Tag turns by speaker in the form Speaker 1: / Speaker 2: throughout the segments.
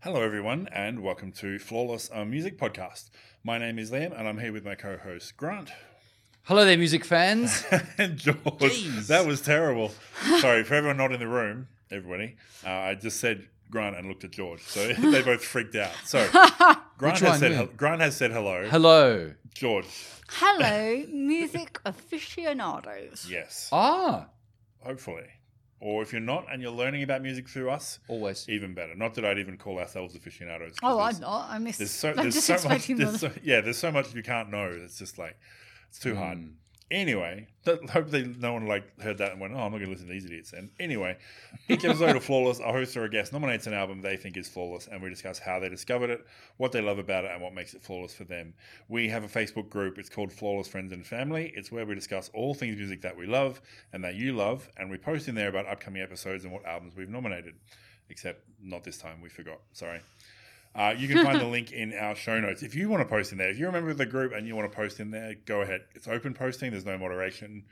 Speaker 1: Hello, everyone, and welcome to Flawless a Music Podcast. My name is Liam, and I'm here with my co host, Grant.
Speaker 2: Hello there, music fans.
Speaker 1: and George.
Speaker 2: Jeez.
Speaker 1: That was terrible. Sorry, for everyone not in the room, everybody, uh, I just said Grant and looked at George. So they both freaked out. So Grant,
Speaker 2: one,
Speaker 1: has said,
Speaker 2: me?
Speaker 1: hel- Grant has said hello.
Speaker 2: Hello.
Speaker 1: George,
Speaker 3: Hello, music aficionados.
Speaker 1: yes,
Speaker 2: Ah,
Speaker 1: hopefully. Or if you're not and you're learning about music through us,
Speaker 2: always.
Speaker 1: even better. Not that I'd even call ourselves aficionados. 'cause
Speaker 3: Oh, I'm
Speaker 1: there's-
Speaker 3: not. I miss.
Speaker 1: There's so
Speaker 3: I'm
Speaker 1: there's
Speaker 3: just
Speaker 1: so much.
Speaker 3: expecting
Speaker 1: There's
Speaker 3: them.
Speaker 1: so, yeah, there's so much you can't know. It's just like it's too hard.
Speaker 2: Mm.
Speaker 1: Anyway, th- hopefully no one like heard that and went, "Oh, I'm not going to listen to these idiots." And anyway, each episode of Flawless, a host or a guest nominates an album they think is flawless, and we discuss how they discovered it, what they love about it, and what makes it flawless for them. We have a Facebook group. It's called Flawless Friends and Family. It's where we discuss all things music that we love and that you love, and we post in there about upcoming episodes and what albums we've nominated. Except not this time. We forgot. Sorry. Uh, you can find the link in our show notes. If you want to post in there, if you're a member of the group and you want to post in there, go ahead. It's open posting, there's no moderation.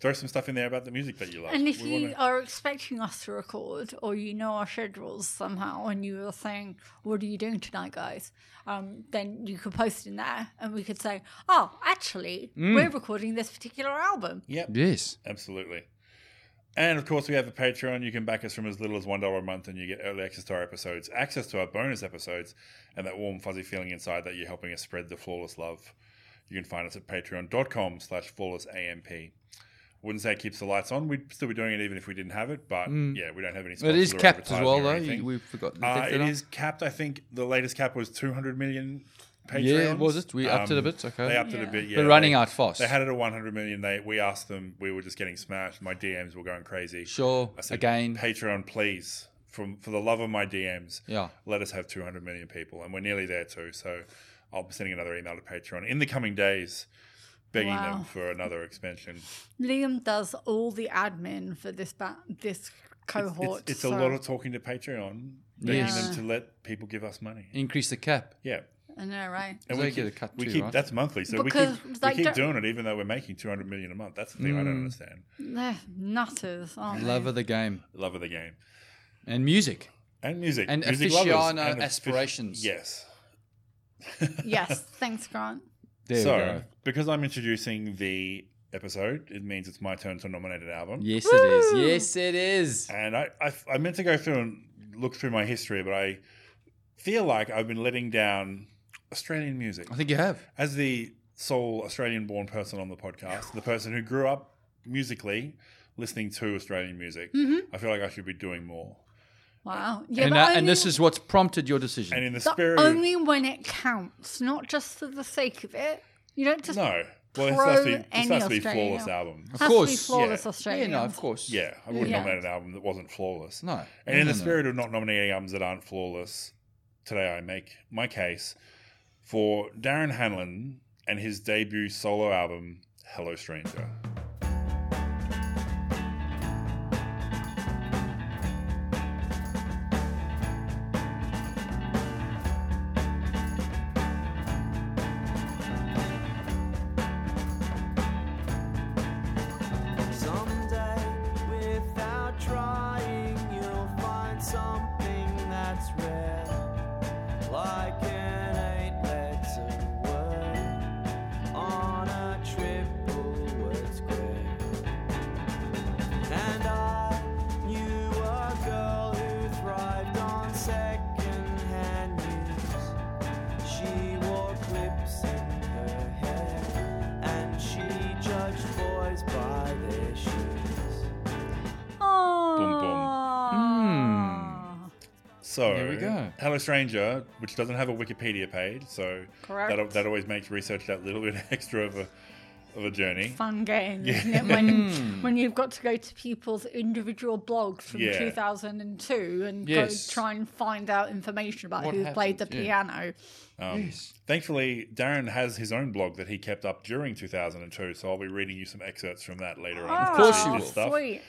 Speaker 1: Throw some stuff in there about the music that you love.
Speaker 3: And if
Speaker 1: We
Speaker 3: you
Speaker 1: wanna-
Speaker 3: are expecting us to record, or you know our schedules somehow, and you are saying, "What are you doing tonight, guys?" Um, then you could post in there, and we could say, "Oh, actually,
Speaker 1: Mm.
Speaker 3: we're recording this particular album."
Speaker 1: Yep.
Speaker 2: Yes.
Speaker 1: Absolutely. And of course, we have a Patreon. You can back us from as little as $1 a month and you get early access to our episodes, access to our bonus episodes, and that warm, fuzzy feeling inside that you're helping us spread the flawless love. You can find us at patreon.com slash flawlessamp. Wouldn't say it keeps the lights on. We'd still be doing it even if we didn't have it, but
Speaker 2: Mm.
Speaker 1: yeah, we don't have any
Speaker 2: It is
Speaker 1: sponsors or
Speaker 2: capped as
Speaker 1: advertising
Speaker 2: well,
Speaker 1: or
Speaker 2: though.
Speaker 1: anything.
Speaker 2: You- We forgot. to
Speaker 1: Uh,
Speaker 2: take that
Speaker 1: it
Speaker 2: up.
Speaker 1: is capped. I think the latest cap was 200 million Patreons.
Speaker 2: Yeah, was it? We upped it a bit, okay.
Speaker 1: Um, They upped it
Speaker 3: Yeah.
Speaker 1: a bit, yeah.
Speaker 2: We're running
Speaker 1: they-
Speaker 2: out fast.
Speaker 1: they had it at 100 million. They we asked them. We were just getting smashed. My DMs were going crazy.
Speaker 2: sure.
Speaker 1: I said,
Speaker 2: Again.
Speaker 1: Patreon, please, from for the love of my DMs,
Speaker 2: Yeah.
Speaker 1: let us have 200 million people, and we're nearly there too. So I'll be sending another email to Patreon in the coming days, begging
Speaker 3: Wow.
Speaker 1: them for another expansion.
Speaker 3: Liam does all the admin for this ba- this
Speaker 1: It's,
Speaker 3: cohort.
Speaker 1: it's- it's a
Speaker 3: so-
Speaker 1: lot of talking to Patreon, begging
Speaker 2: Yes.
Speaker 1: them to let people give us money.
Speaker 2: Increase the cap.
Speaker 1: Yeah.
Speaker 3: I know, right?
Speaker 1: And
Speaker 2: They
Speaker 1: we
Speaker 2: get
Speaker 1: keep,
Speaker 2: a cut
Speaker 1: we
Speaker 2: too,
Speaker 1: keep
Speaker 2: right?
Speaker 1: that's monthly, so
Speaker 3: Because,
Speaker 1: we keep,
Speaker 3: like,
Speaker 1: we keep
Speaker 3: don't-
Speaker 1: doing it, even though we're making two hundred million a month. That's the thing I don't
Speaker 2: Mm.
Speaker 1: understand.
Speaker 3: They're nutters, aren't they?
Speaker 2: Love of the game.
Speaker 1: Love of the game
Speaker 2: And music.
Speaker 1: and music
Speaker 2: And
Speaker 1: music
Speaker 2: aficionado
Speaker 1: lovers, and afi-
Speaker 2: aspirations.
Speaker 1: yes.
Speaker 3: Yes, thanks, Grant.
Speaker 2: There
Speaker 1: so,
Speaker 2: we go.
Speaker 1: because I'm introducing the episode, it means it's my turn to nominate an album.
Speaker 2: Yes, it is.
Speaker 3: Woo!
Speaker 2: Yes, it is.
Speaker 1: And I, I, I meant to go through and look through my history, but I feel like I've been letting down Australian music.
Speaker 2: I think you have.
Speaker 1: As the sole Australian born person on the podcast, the person who grew up musically listening to Australian music,
Speaker 2: Hmm.
Speaker 3: Mm-hmm.
Speaker 1: I feel like I should be doing more.
Speaker 3: Wow. Yeah,
Speaker 2: and,
Speaker 3: but
Speaker 2: that- and
Speaker 3: only-
Speaker 2: this is what's prompted your decision.
Speaker 1: And in the
Speaker 3: but
Speaker 1: spirit of.
Speaker 3: only when it counts, not just for the sake of it. You don't just
Speaker 1: No. Well, it's
Speaker 3: pro
Speaker 1: has to be, this
Speaker 3: any
Speaker 1: has to be
Speaker 3: Australian
Speaker 1: flawless
Speaker 3: album.
Speaker 1: album.
Speaker 2: Of
Speaker 3: has to be
Speaker 2: course.
Speaker 1: Yeah.
Speaker 3: flawless
Speaker 2: yeah,
Speaker 3: Australian.
Speaker 2: no, of course.
Speaker 1: Yeah, I wouldn't
Speaker 3: Yeah.
Speaker 1: nominate an album that wasn't flawless.
Speaker 2: No.
Speaker 1: And in
Speaker 2: No,
Speaker 1: the
Speaker 2: no, no.
Speaker 1: spirit of not nominating albums that aren't flawless, today I make my case for Darren Hanlon and his debut solo album, Hello Stranger.
Speaker 4: Someday, without trying, you'll find something that's rare, like an eight-letter word on a triple-word square. And I knew a girl who thrived on second-hand news. She wore clips in her hair and she judged boys by their shoes.
Speaker 3: Aw.
Speaker 1: So,
Speaker 2: There we go.
Speaker 1: Hello Stranger, which doesn't have a Wikipedia page, so
Speaker 3: Correct.
Speaker 1: that, that always makes research that little bit extra of a, of a journey.
Speaker 3: Fun
Speaker 2: Hmm.
Speaker 3: game, isn't it? When, when you've got to go to people's individual blogs from
Speaker 1: Yeah.
Speaker 3: 2002 and
Speaker 2: Yes.
Speaker 3: go try and find out information about
Speaker 2: What
Speaker 3: who played the
Speaker 2: happened, yeah.
Speaker 3: piano.
Speaker 1: Um,
Speaker 2: Yes.
Speaker 1: Thankfully, Darren has his own blog that he kept up during 2002, so I'll be reading you some excerpts from that later on.
Speaker 3: Of
Speaker 2: course you will.
Speaker 3: Ah, Sweet.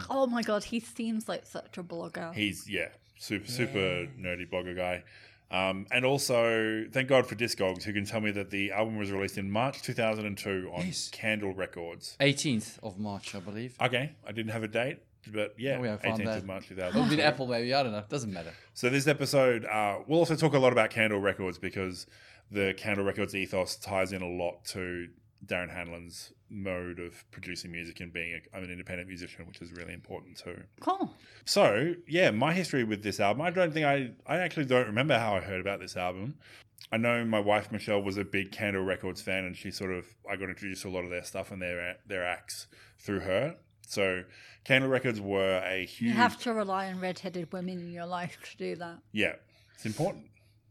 Speaker 1: Um,
Speaker 3: Oh my god, he seems like such a blogger.
Speaker 1: He's yeah, super super nerdy blogger guy. Um, and also, thank God for Discogs, who can tell me that the album was released in March 2002 on
Speaker 2: Yes.
Speaker 1: Candle Records.
Speaker 2: 18th of March, I believe.
Speaker 3: Oh,
Speaker 1: Okay, I didn't have a date. But yeah,
Speaker 2: We haven't Oh, found
Speaker 1: 18th
Speaker 2: that.
Speaker 1: of March
Speaker 2: Or it'd
Speaker 1: 2000.
Speaker 2: be an apple, maybe. I don't know. It doesn't matter.
Speaker 1: So this episode, uh, we'll also talk a lot about Candle Records because the Candle Records ethos ties in a lot to Darren Hanlon's mode of producing music and being a, I'm an independent musician, which is really important too.
Speaker 3: Cool.
Speaker 1: So yeah, my history with this album, I don't think I, I actually don't remember how I heard about this album. I know my wife Michelle was a big Candle Records fan, and she sort of I got introduced to a lot of their stuff and their their acts through her. So Candle Records were a huge
Speaker 3: You have to rely on redheaded women in your life to do that.
Speaker 1: yeah, it's important,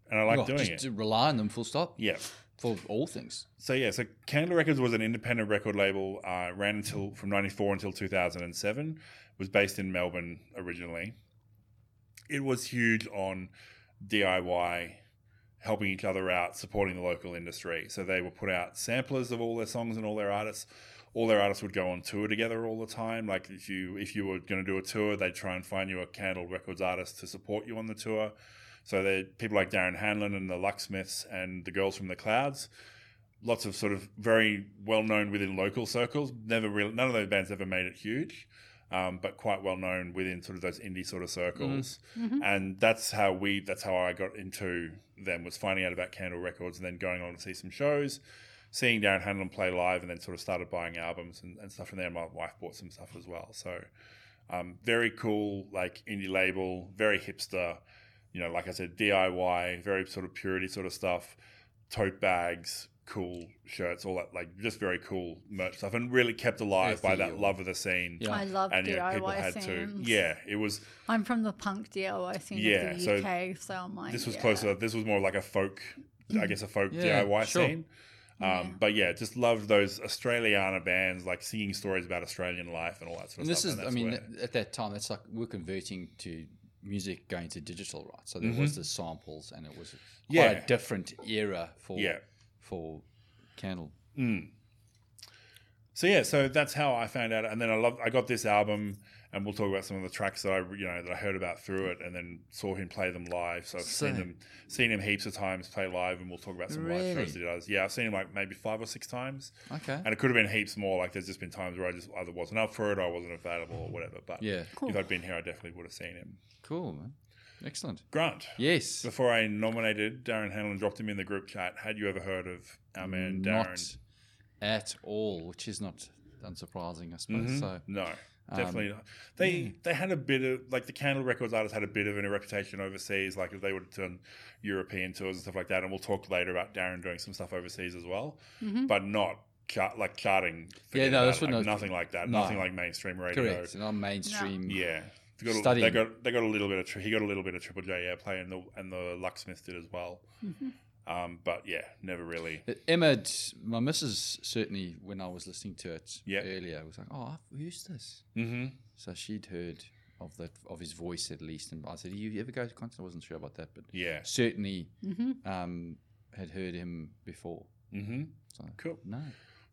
Speaker 1: and I like
Speaker 2: Well,
Speaker 1: doing
Speaker 2: just
Speaker 1: it.
Speaker 2: to rely on them, full stop.
Speaker 1: Yeah.
Speaker 2: For all things.
Speaker 1: So yeah, so Candle Records was an independent record label. Uh, ran until from '94 until 2007. Was based in Melbourne originally. It was huge on DIY, helping each other out, supporting the local industry. So they would put out samplers of all their songs and all their artists. All their artists would go on tour together all the time. Like if you if you were going to do a tour, they'd try and find you a Candle Records artist to support you on the tour. So they people like Darren Hanlon and the Lucksmiths and the Girls from the Clouds lots of sort of very well known within local circles. Never really, none of those bands ever made it huge, um, but quite well known within sort of those indie sort of circles. And that's how we, that's how I got into them was finding out about Candle Records and then going on to see some shows, seeing Darren Hanlon play live, and then sort of started buying albums and, and stuff. And then my wife bought some stuff as well. So um, very cool, like indie label, very hipster. You know, like I said, DIY, very sort of purity sort of stuff, tote bags, cool shirts, all that, like just very cool merch stuff, and really kept alive by
Speaker 2: Earthy
Speaker 1: that
Speaker 2: or-
Speaker 1: love of the scene.
Speaker 2: Yeah.
Speaker 3: I love
Speaker 1: And you know, people
Speaker 3: DIY
Speaker 1: had to.
Speaker 3: scenes.
Speaker 1: Yeah, it was.
Speaker 3: I'm from the punk DIY scene
Speaker 1: Yeah,
Speaker 3: of
Speaker 1: so
Speaker 3: the UK, so, I'm like.
Speaker 1: This was
Speaker 3: yeah.
Speaker 1: closer. This was more like a folk, I guess, a folk
Speaker 2: Yeah,
Speaker 1: DIY
Speaker 2: sure.
Speaker 1: scene. Um, But yeah, just loved those Australiana bands, like singing stories about Australian life and all that sort
Speaker 2: And
Speaker 1: of
Speaker 2: this
Speaker 1: stuff.
Speaker 2: is,
Speaker 1: and
Speaker 2: I
Speaker 1: that's
Speaker 2: mean,
Speaker 1: where-
Speaker 2: at that time, that's like we're converting to music going to digital, right? So there was the samples, and it was quite
Speaker 1: Mm-hmm. Yeah.
Speaker 2: a different era for
Speaker 1: Yeah.
Speaker 2: for Candle.
Speaker 1: So yeah, so that's how I found out, and then I love I got this album, and we'll talk about some of the tracks that I you know that I heard about through it, and then saw him play them live. So I've seen
Speaker 2: Same.
Speaker 1: them seen him heaps of times play live, and we'll talk about some live shows that he does. Yeah, I've seen him like maybe five or six times,
Speaker 2: Okay.
Speaker 1: and it could have been heaps more. Like there's just been times where I just either wasn't up for it, or I wasn't available, or whatever. But
Speaker 2: Yeah.
Speaker 1: if I'd been here, I definitely would have seen him.
Speaker 2: Cool, man. Excellent.
Speaker 1: Grant.
Speaker 2: Yes.
Speaker 1: Before I nominated Darren Hanlon, dropped him in the group chat. Had you ever heard of our man Darren?
Speaker 2: Not at all, which is not unsurprising, I suppose. So
Speaker 1: Mm-hmm. No,
Speaker 2: Um,
Speaker 1: definitely not. They they had a bit of like the Candle Records artists had a bit of a reputation overseas, like if they would have done European tours and stuff like that. And we'll talk later about Darren doing some stuff overseas as well, but not chart, like charting. forget
Speaker 2: no,
Speaker 1: about
Speaker 2: that's
Speaker 1: it,
Speaker 2: what-
Speaker 1: like
Speaker 2: no,
Speaker 1: nothing like that.
Speaker 2: no.
Speaker 1: Nothing like mainstream radio.
Speaker 2: correct. And on mainstream.
Speaker 1: Yeah. They got, a,
Speaker 2: Studying.
Speaker 1: they got they got a little bit of tri- he got a little bit of Triple J airplay and the and the Lucksmith did as well,
Speaker 3: Mm-hmm.
Speaker 1: um, but yeah, never really.
Speaker 2: But Emmett, Uh, my missus certainly, when I was listening to it
Speaker 1: Yeah.
Speaker 2: earlier, was like, "Oh, I've used this."
Speaker 1: Mm-hmm.
Speaker 2: So she'd heard of that of his voice at least, and I said, "You ever go to concert?" I wasn't sure about that, but
Speaker 1: Yeah.
Speaker 2: certainly
Speaker 3: Mm-hmm.
Speaker 2: um, had heard him before.
Speaker 1: Mm-hmm.
Speaker 2: So
Speaker 1: Cool.
Speaker 2: no,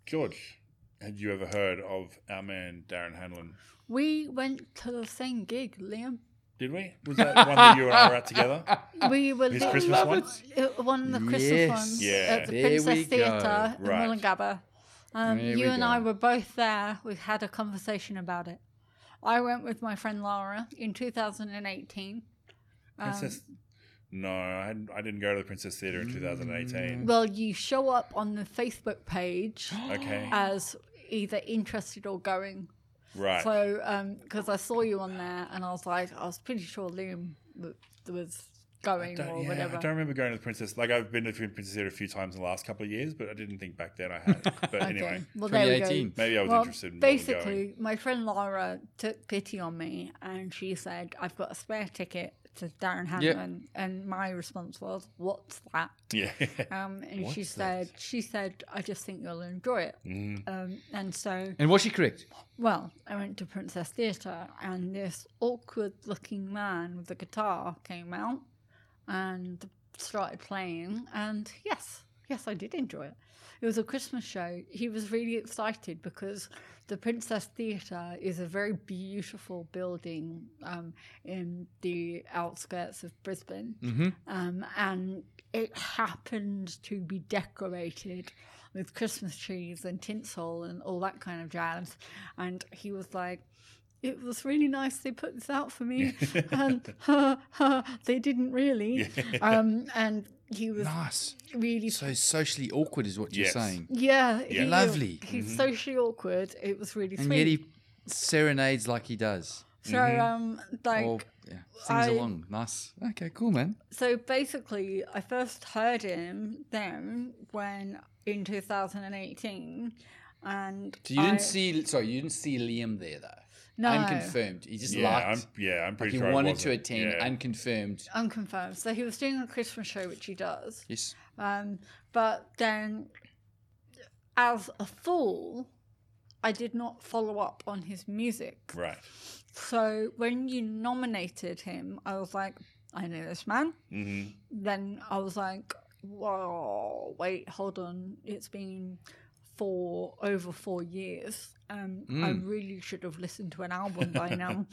Speaker 1: George, had you ever heard of our man Darren Hanlon?
Speaker 3: We went to the same gig, Liam.
Speaker 1: Did we? Was that one that you and I were at together?
Speaker 3: Um, We were
Speaker 1: His
Speaker 3: lit-
Speaker 1: Christmas one?
Speaker 3: it- one of the Christmas
Speaker 2: Ah, Yes.
Speaker 3: ones
Speaker 1: Yeah.
Speaker 3: at the
Speaker 2: There we
Speaker 3: Princess
Speaker 2: go.
Speaker 3: Theatre in
Speaker 1: Right.
Speaker 3: Wollongabba. Um,
Speaker 2: There
Speaker 3: you
Speaker 2: we
Speaker 3: and I
Speaker 2: go.
Speaker 3: were both there. We had a conversation about it. I went with my friend Laura in 2018.
Speaker 1: Princess. no, I, hadn't- I didn't go to the Princess Theatre in 2018.
Speaker 3: Well, you show up on the Facebook page
Speaker 1: Okay,
Speaker 3: as either interested or going.
Speaker 1: right.
Speaker 3: So, because I saw you on there and I was like, I was pretty sure Liam w- was going
Speaker 1: Don't-
Speaker 3: or
Speaker 1: yeah,
Speaker 3: whatever.
Speaker 1: I don't remember going to the Princess. Like I've been to the Princess Theatre a few times in the last couple of years, but I didn't think back then I had. But anyway,
Speaker 3: Well, there we go.
Speaker 2: 2018.
Speaker 1: maybe I was
Speaker 3: Well,
Speaker 1: interested. In
Speaker 3: basically, my friend Laura took pity on me and she said, I've got a spare ticket to Darren Hanlon. And my response was, What's that?
Speaker 1: yeah,
Speaker 3: Um, and she
Speaker 2: What's
Speaker 3: said,
Speaker 2: that?
Speaker 3: She said, I just think you'll enjoy it.
Speaker 1: Mm.
Speaker 3: Um, and so,
Speaker 2: and was she correct? Oh,
Speaker 3: well, I went to Princess Theatre and this awkward looking man with a guitar came out and started playing. And yes, yes, I did enjoy it. It was a Christmas show. He was really excited because the Princess Theatre is a very beautiful building um, in the outskirts of Brisbane. Um, and it happened to be decorated with Christmas trees and tinsel and all that kind of jazz. And he was like, it was really nice they put this out for me. and ha, ha, they didn't really. Um, and he was
Speaker 2: Nice.
Speaker 3: really
Speaker 2: So socially awkward is what you're
Speaker 1: Yes.
Speaker 2: saying.
Speaker 3: yeah, he-
Speaker 2: Lovely. Mm-hmm.
Speaker 3: He's socially awkward. It was really
Speaker 2: And
Speaker 3: sweet.
Speaker 2: yet he serenades like he does.
Speaker 3: so um, like
Speaker 2: or yeah, sings
Speaker 3: I-
Speaker 2: along. Nice. Okay, cool, man.
Speaker 3: so basically, I first heard him then when in 2018, and
Speaker 2: So you didn't
Speaker 3: I-
Speaker 2: see sorry, you didn't see Liam there though.
Speaker 3: No.
Speaker 2: Unconfirmed. He just
Speaker 1: Yeah, I'm,
Speaker 2: liked
Speaker 1: yeah, I'm pretty
Speaker 2: he
Speaker 1: sure. it
Speaker 2: wanted to
Speaker 1: wasn't.
Speaker 2: attend
Speaker 1: Yeah.
Speaker 2: unconfirmed.
Speaker 3: unconfirmed. So he was doing a Christmas show, which he does.
Speaker 2: Yes.
Speaker 3: Um, but then, as a fool, I did not follow up on his music.
Speaker 1: right.
Speaker 3: So when you nominated him, I was like, I know this man.
Speaker 1: hmm
Speaker 3: Then I was like, whoa, wait, hold on. It's been four over four years. Um, I really should have listened to an album by now.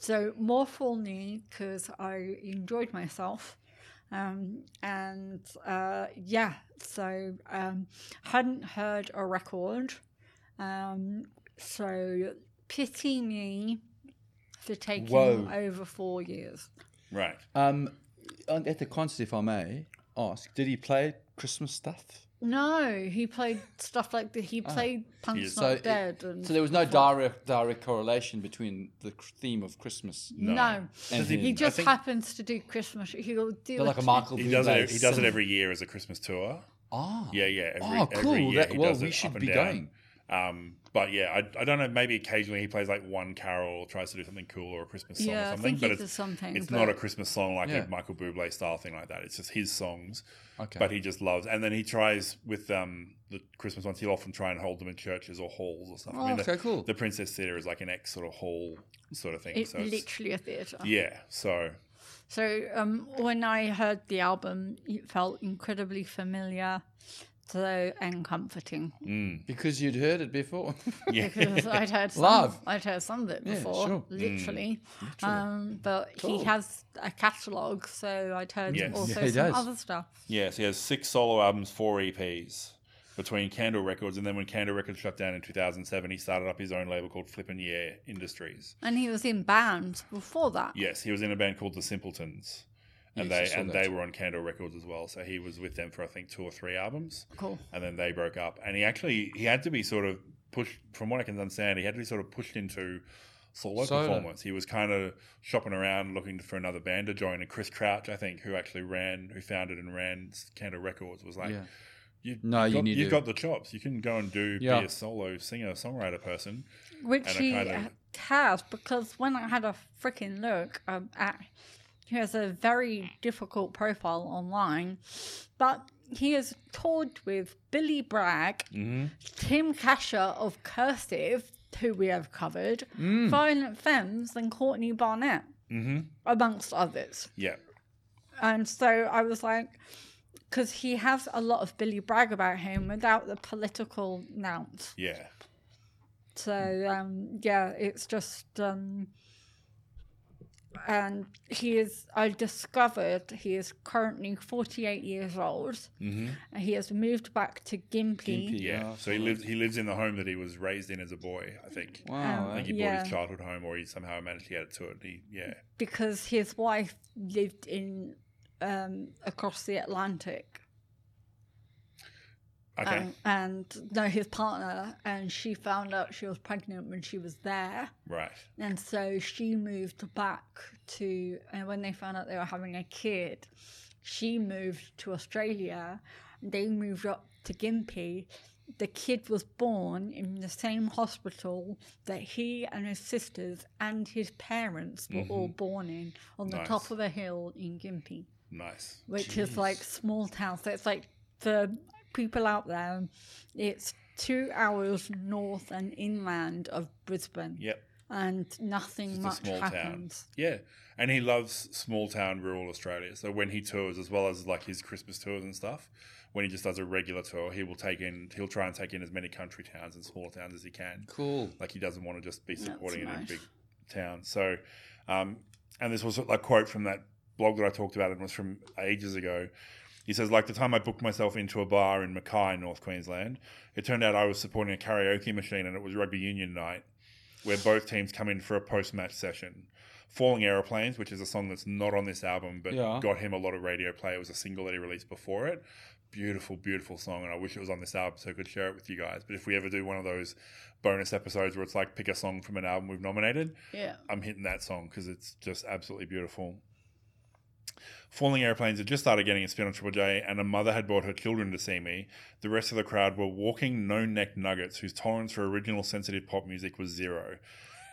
Speaker 3: so more for me because I enjoyed myself. Um, and uh, yeah, so um, hadn't heard a record. Um, so pity me for taking
Speaker 2: Whoa.
Speaker 3: over four years.
Speaker 1: Right.
Speaker 2: Um on- at the concert if I may ask, did he play Christmas stuff?
Speaker 3: No, he played stuff like the, he played Punk's
Speaker 2: So
Speaker 3: Not
Speaker 2: it-
Speaker 3: Dead and
Speaker 2: So there was no direct direct correlation between the cr- theme of Christmas.
Speaker 3: no.
Speaker 2: And
Speaker 1: he-
Speaker 2: he,
Speaker 3: He just
Speaker 1: think-
Speaker 3: happens to do Christmas. He'll do
Speaker 2: they're like a Michael
Speaker 1: He does it.
Speaker 2: Bublé
Speaker 1: He does it
Speaker 2: sing-
Speaker 1: every year as a Christmas tour.
Speaker 2: Ah.
Speaker 1: Yeah, yeah. Every,
Speaker 2: oh, cool.
Speaker 1: Every year
Speaker 2: that,
Speaker 1: he
Speaker 2: well,
Speaker 1: does
Speaker 2: we
Speaker 1: it
Speaker 2: should
Speaker 1: up and
Speaker 2: be
Speaker 1: down.
Speaker 2: going.
Speaker 1: Um, but yeah, I, I don't know. Maybe occasionally he plays like one carol or tries to do something cool or a Christmas song
Speaker 3: Yeah, I
Speaker 1: or something.
Speaker 3: think he
Speaker 1: but
Speaker 3: does
Speaker 1: it's,
Speaker 3: something,
Speaker 1: it's
Speaker 3: but-
Speaker 1: not a Christmas song like
Speaker 2: Yeah.
Speaker 1: a Michael Bublé style thing like that. It's just his songs.
Speaker 2: Okay.
Speaker 1: But he just loves, and then he tries with um, the Christmas ones. He'll often try and hold them in churches or halls or something.
Speaker 2: Oh, okay,
Speaker 1: the,
Speaker 2: cool.
Speaker 1: The Princess Theatre is like an ex sort of hall sort of thing.
Speaker 3: It's
Speaker 1: so it's-
Speaker 3: literally a theatre.
Speaker 1: yeah. So
Speaker 3: So um, when I heard the album, it felt incredibly familiar, so and comforting
Speaker 2: Because you'd heard it before.
Speaker 3: because I'd heard some,
Speaker 2: Love.
Speaker 3: I'd heard some of it
Speaker 2: Yeah,
Speaker 3: before,
Speaker 2: sure. Mm.
Speaker 3: literally. Um, but he has a catalogue, so I'd heard
Speaker 1: Yes.
Speaker 3: also
Speaker 2: Yeah, he
Speaker 3: some
Speaker 2: does.
Speaker 3: other stuff.
Speaker 1: Yes, he has six solo albums, four EPs between Candle Records, and then when Candle Records shut down in 2007, he started up his own label called Flippin' Yeah Industries.
Speaker 3: And he was in bands before that.
Speaker 1: Yes, he was in a band called The Simpletons, and
Speaker 2: Yes, I
Speaker 1: they
Speaker 2: saw
Speaker 1: and
Speaker 2: that.
Speaker 1: they were on Candle Records as well. So he was with them for I think two or three albums,
Speaker 3: Cool.
Speaker 1: and then they broke up. And he actually he had to be sort of pushed, from what I can understand, he had to be sort of pushed into solo,
Speaker 2: Solo.
Speaker 1: performance. He was kind of shopping around looking for another band to join, and Chris Crouch, I think, who actually ran, who founded and ran Candle Records, was like.
Speaker 2: yeah.
Speaker 1: You,
Speaker 2: No,
Speaker 1: you've
Speaker 2: you
Speaker 1: got,
Speaker 2: need
Speaker 1: you've
Speaker 2: to-
Speaker 1: got the chops. You can go and do
Speaker 2: Yeah.
Speaker 1: be a solo singer, songwriter person.
Speaker 3: Which
Speaker 1: and a
Speaker 3: he
Speaker 1: kind of-
Speaker 3: has, because when I had a freaking look um, at, he has a very difficult profile online, but he has toured with Billy Bragg, Tim Casher of Cursive, who we have covered, Violent Femmes, and Courtney Barnett, amongst others.
Speaker 1: Yeah,
Speaker 3: And so I was like, because he has a lot of Billy Bragg about him without the political nouns.
Speaker 1: yeah,
Speaker 3: So um, yeah, it's just um, and he is. I discovered he is currently forty eight years old. And he has moved back to Gympie.
Speaker 2: Gympie.
Speaker 1: yeah.
Speaker 2: Yeah,
Speaker 1: so he lives he lives in the home that he was raised in as a boy. I think.
Speaker 2: Wow.
Speaker 1: I
Speaker 3: Um,
Speaker 2: eh?
Speaker 1: think he bought
Speaker 3: Yeah.
Speaker 1: his childhood home, or he somehow managed to get it to it. He, yeah,
Speaker 3: because his wife lived in um, across the Atlantic.
Speaker 1: okay,
Speaker 3: Um, and no, his partner, and she found out she was pregnant when she was there.
Speaker 1: right,
Speaker 3: And so she moved back to, and when they found out they were having a kid, she moved to Australia. They moved up to Gympie. The kid was born in the same hospital that he and his sisters and his parents were all born in on the top
Speaker 1: Nice.
Speaker 3: of a hill in Gympie,
Speaker 1: nice.
Speaker 3: which is like small town. So it's like for people out there, it's two hours north and inland of Brisbane
Speaker 1: Yep,
Speaker 3: and nothing
Speaker 1: it's a
Speaker 3: much
Speaker 1: small town.
Speaker 3: happens.
Speaker 1: Yeah, and he loves small town rural Australia. So when he tours, as well as like his Christmas tours and stuff, when he just does a regular tour, he will take in he'll try and take in as many country towns and smaller towns as he can.
Speaker 2: Cool.
Speaker 1: Like he doesn't want to just be supporting it in a
Speaker 3: nice.
Speaker 1: big town. So, um, and this was a quote from that blog that I talked about, and was from ages ago. He says, like the time I booked myself into a bar in Mackay, North Queensland, it turned out I was supporting a karaoke machine and it was rugby union night. where both teams come in for a post-match session. Falling Aeroplanes, which is a song that's not on this album, but
Speaker 2: Yeah.
Speaker 1: got him a lot of radio play. It was a single that he released before it. Beautiful, beautiful song, and I wish it was on this album so I could share it with you guys. But if we ever do one of those bonus episodes where it's like pick a song from an album we've nominated,
Speaker 3: Yeah.
Speaker 1: I'm hitting that song because it's just absolutely beautiful. Falling Airplanes had just started getting a spin on Triple J, and a mother had brought her children to see me. The rest of the crowd were walking no neck nuggets whose tolerance for original sensitive pop music was zero.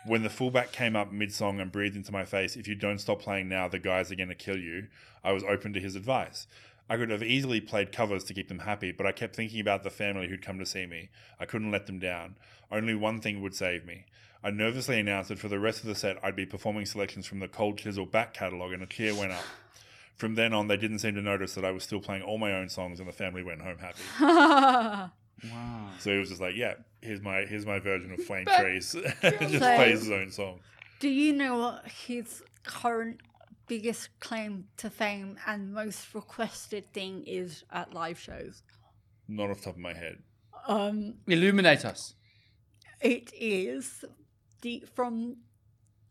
Speaker 1: When the fullback came up mid song and breathed into my face, If you don't stop playing now, the guys are going to kill you, I was open to his advice. I could have easily played covers to keep them happy, but I kept thinking about the family who'd come to see me. I couldn't let them down. Only one thing would save me. I nervously announced that for the rest of the set, I'd be performing selections from the Cold Chisel back catalogue, and a cheer went up. From then on, they didn't seem to notice that I was still playing all my own songs, and the family went home happy.
Speaker 2: Wow.
Speaker 1: So he was just like, "Yeah, here's my here's my version of Flame
Speaker 3: But-
Speaker 1: Trees." just plays his own song.
Speaker 3: Do you know what his current biggest claim to fame and most requested thing is at live shows?
Speaker 1: Not off the top of my head.
Speaker 3: Um,
Speaker 2: Illuminate us.
Speaker 3: It is the from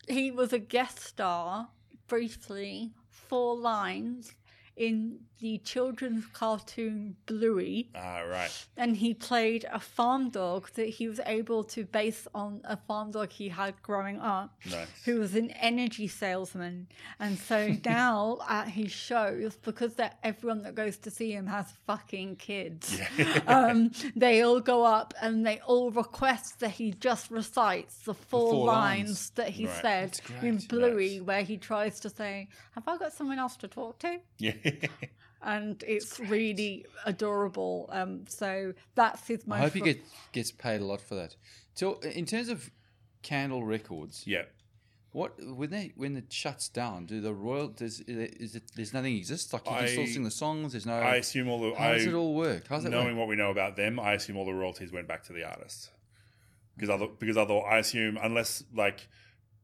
Speaker 3: he was a guest star briefly four lines in the children's cartoon Bluey
Speaker 1: Ah, right.
Speaker 3: and he played a farm dog that he was able to base on a farm dog he had growing up
Speaker 1: Nice.
Speaker 3: who was an energy salesman and so now at his shows because that everyone that goes to see him has fucking kids um, they all go up and they all request that he just recites the four,
Speaker 2: four
Speaker 3: lines,
Speaker 2: lines.
Speaker 3: that he
Speaker 1: Right.
Speaker 3: said
Speaker 2: That's
Speaker 3: in
Speaker 2: great.
Speaker 3: Bluey, where he tries to say, "Have I got someone else to talk to?"
Speaker 1: Yeah.
Speaker 3: And it's really adorable. Um, so that's his.
Speaker 2: I hope he gets gets paid a lot for that. So, in terms of Candle Records,
Speaker 1: yeah.
Speaker 2: what when they when it shuts down, do the royal does is it there's nothing exists like you
Speaker 1: I-
Speaker 2: can still sing the songs. There's no
Speaker 1: I assume all the
Speaker 2: Um, how does
Speaker 1: I,
Speaker 2: it all work? How's it
Speaker 1: knowing
Speaker 2: work?
Speaker 1: what we know about them, I assume all the royalties went back to the artist. Because other because other I assume unless like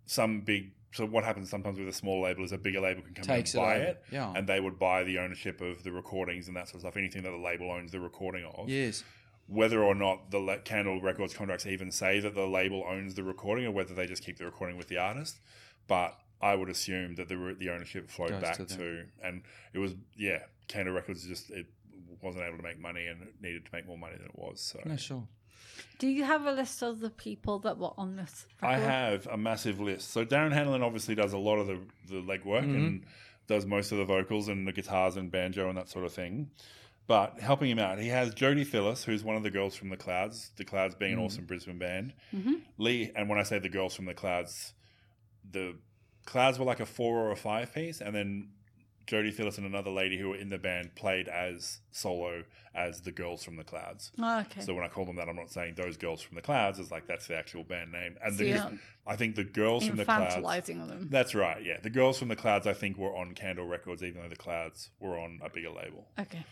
Speaker 1: some big so what happens sometimes with a small label is a bigger label can come
Speaker 2: Takes
Speaker 1: in and buy
Speaker 2: over.
Speaker 1: it,
Speaker 2: Yeah.
Speaker 1: and they would buy the ownership of the recordings and that sort of stuff. Anything that the label owns the recording of,
Speaker 2: yes.
Speaker 1: whether or not the le- Candle Records contracts even say that the label owns the recording, or whether they just keep the recording with the artist. But I would assume that the re- the ownership flowed
Speaker 2: Goes
Speaker 1: back
Speaker 2: to
Speaker 1: to,
Speaker 2: them.
Speaker 1: and it was yeah, Candle Records just it wasn't able to make money and it needed to make more money than it was. So
Speaker 2: No, sure.
Speaker 3: Do you have a list of the people that were on this?
Speaker 1: I
Speaker 3: record?
Speaker 1: have a massive list. So Darren Hanlon obviously does a lot of the, the legwork
Speaker 2: Mm-hmm.
Speaker 1: and does most of the vocals and the guitars and banjo and that sort of thing. But helping him out, he has Jodie Phyllis, who's one of the girls from the Clouds. The Clouds being
Speaker 2: Mm-hmm.
Speaker 1: an awesome Brisbane band.
Speaker 3: Mm-hmm.
Speaker 1: Lee, and when I say the girls from the Clouds, the Clouds were like a four or a five piece, and then Jodie Phyllis and another lady who were in the band played as solo as the girls from the Clouds.
Speaker 3: Oh, okay.
Speaker 1: So when I call them that, I'm not saying those girls from the clouds. It's like that's the actual band name. And the,
Speaker 3: Yeah.
Speaker 1: I think the girls from the clouds.
Speaker 3: Infantilizing them.
Speaker 1: That's right. Yeah, the girls from the clouds. I think were on Candle Records, even though the clouds were on a bigger label.
Speaker 3: Okay.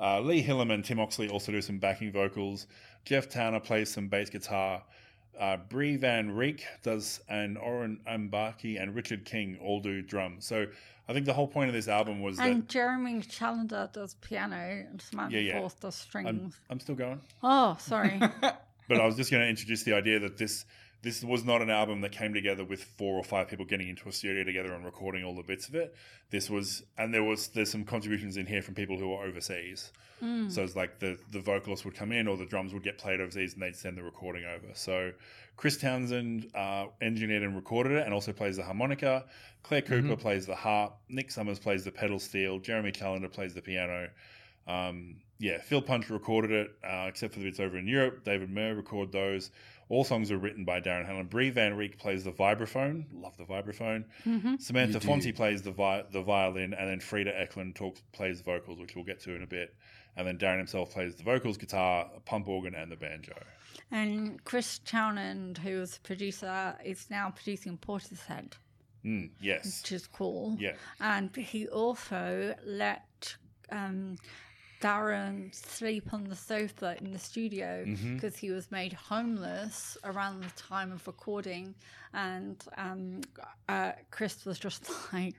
Speaker 1: Uh, Lee Hillam and Tim Oxley also do some backing vocals. Jeff Towner plays some bass guitar. Uh, Bree Van Reek does an Oren Ambaki and Richard King all do drums. So I think the whole point of this album was
Speaker 3: And
Speaker 1: that
Speaker 3: Jeremy Challenger does piano and Samantha
Speaker 1: Yeah, yeah.
Speaker 3: Forth does strings.
Speaker 1: I'm, I'm still going.
Speaker 3: Oh, sorry.
Speaker 1: but I was just going to introduce the idea that this this was not an album that came together with four or five people getting into a studio together and recording all the bits of it. This was, and there was there's some contributions in here from people who are overseas.
Speaker 3: Mm.
Speaker 1: So it's like the the vocalist would come in or the drums would get played overseas and they'd send the recording over. So Chris Townsend uh, engineered and recorded it and also plays the harmonica. Claire Cooper plays the harp. Nick Summers plays the pedal steel. Jeremy Callender plays the piano. Um, yeah, Phil Punch recorded it, uh, except for the bits over in Europe. David Murr recorded those. All songs are written by Darren Hanlon. Bree Van Reek plays the vibraphone. Love the vibraphone.
Speaker 3: Mm-hmm.
Speaker 1: Samantha
Speaker 2: do.
Speaker 1: Fonte plays the vi- the violin, and then Frida Eklund talks plays vocals, which we'll get to in a bit. And then Darren himself plays the vocals, guitar, pump organ, and the banjo.
Speaker 3: and Chris Townend, who was a producer, is now producing Portishead,
Speaker 1: Mm, yes.
Speaker 3: which is cool.
Speaker 1: Yeah.
Speaker 3: And he also let um, Darren sleep on the sofa in the studio
Speaker 1: Mm-hmm.
Speaker 3: because he was made homeless around the time of recording. And um, uh, Chris was just like,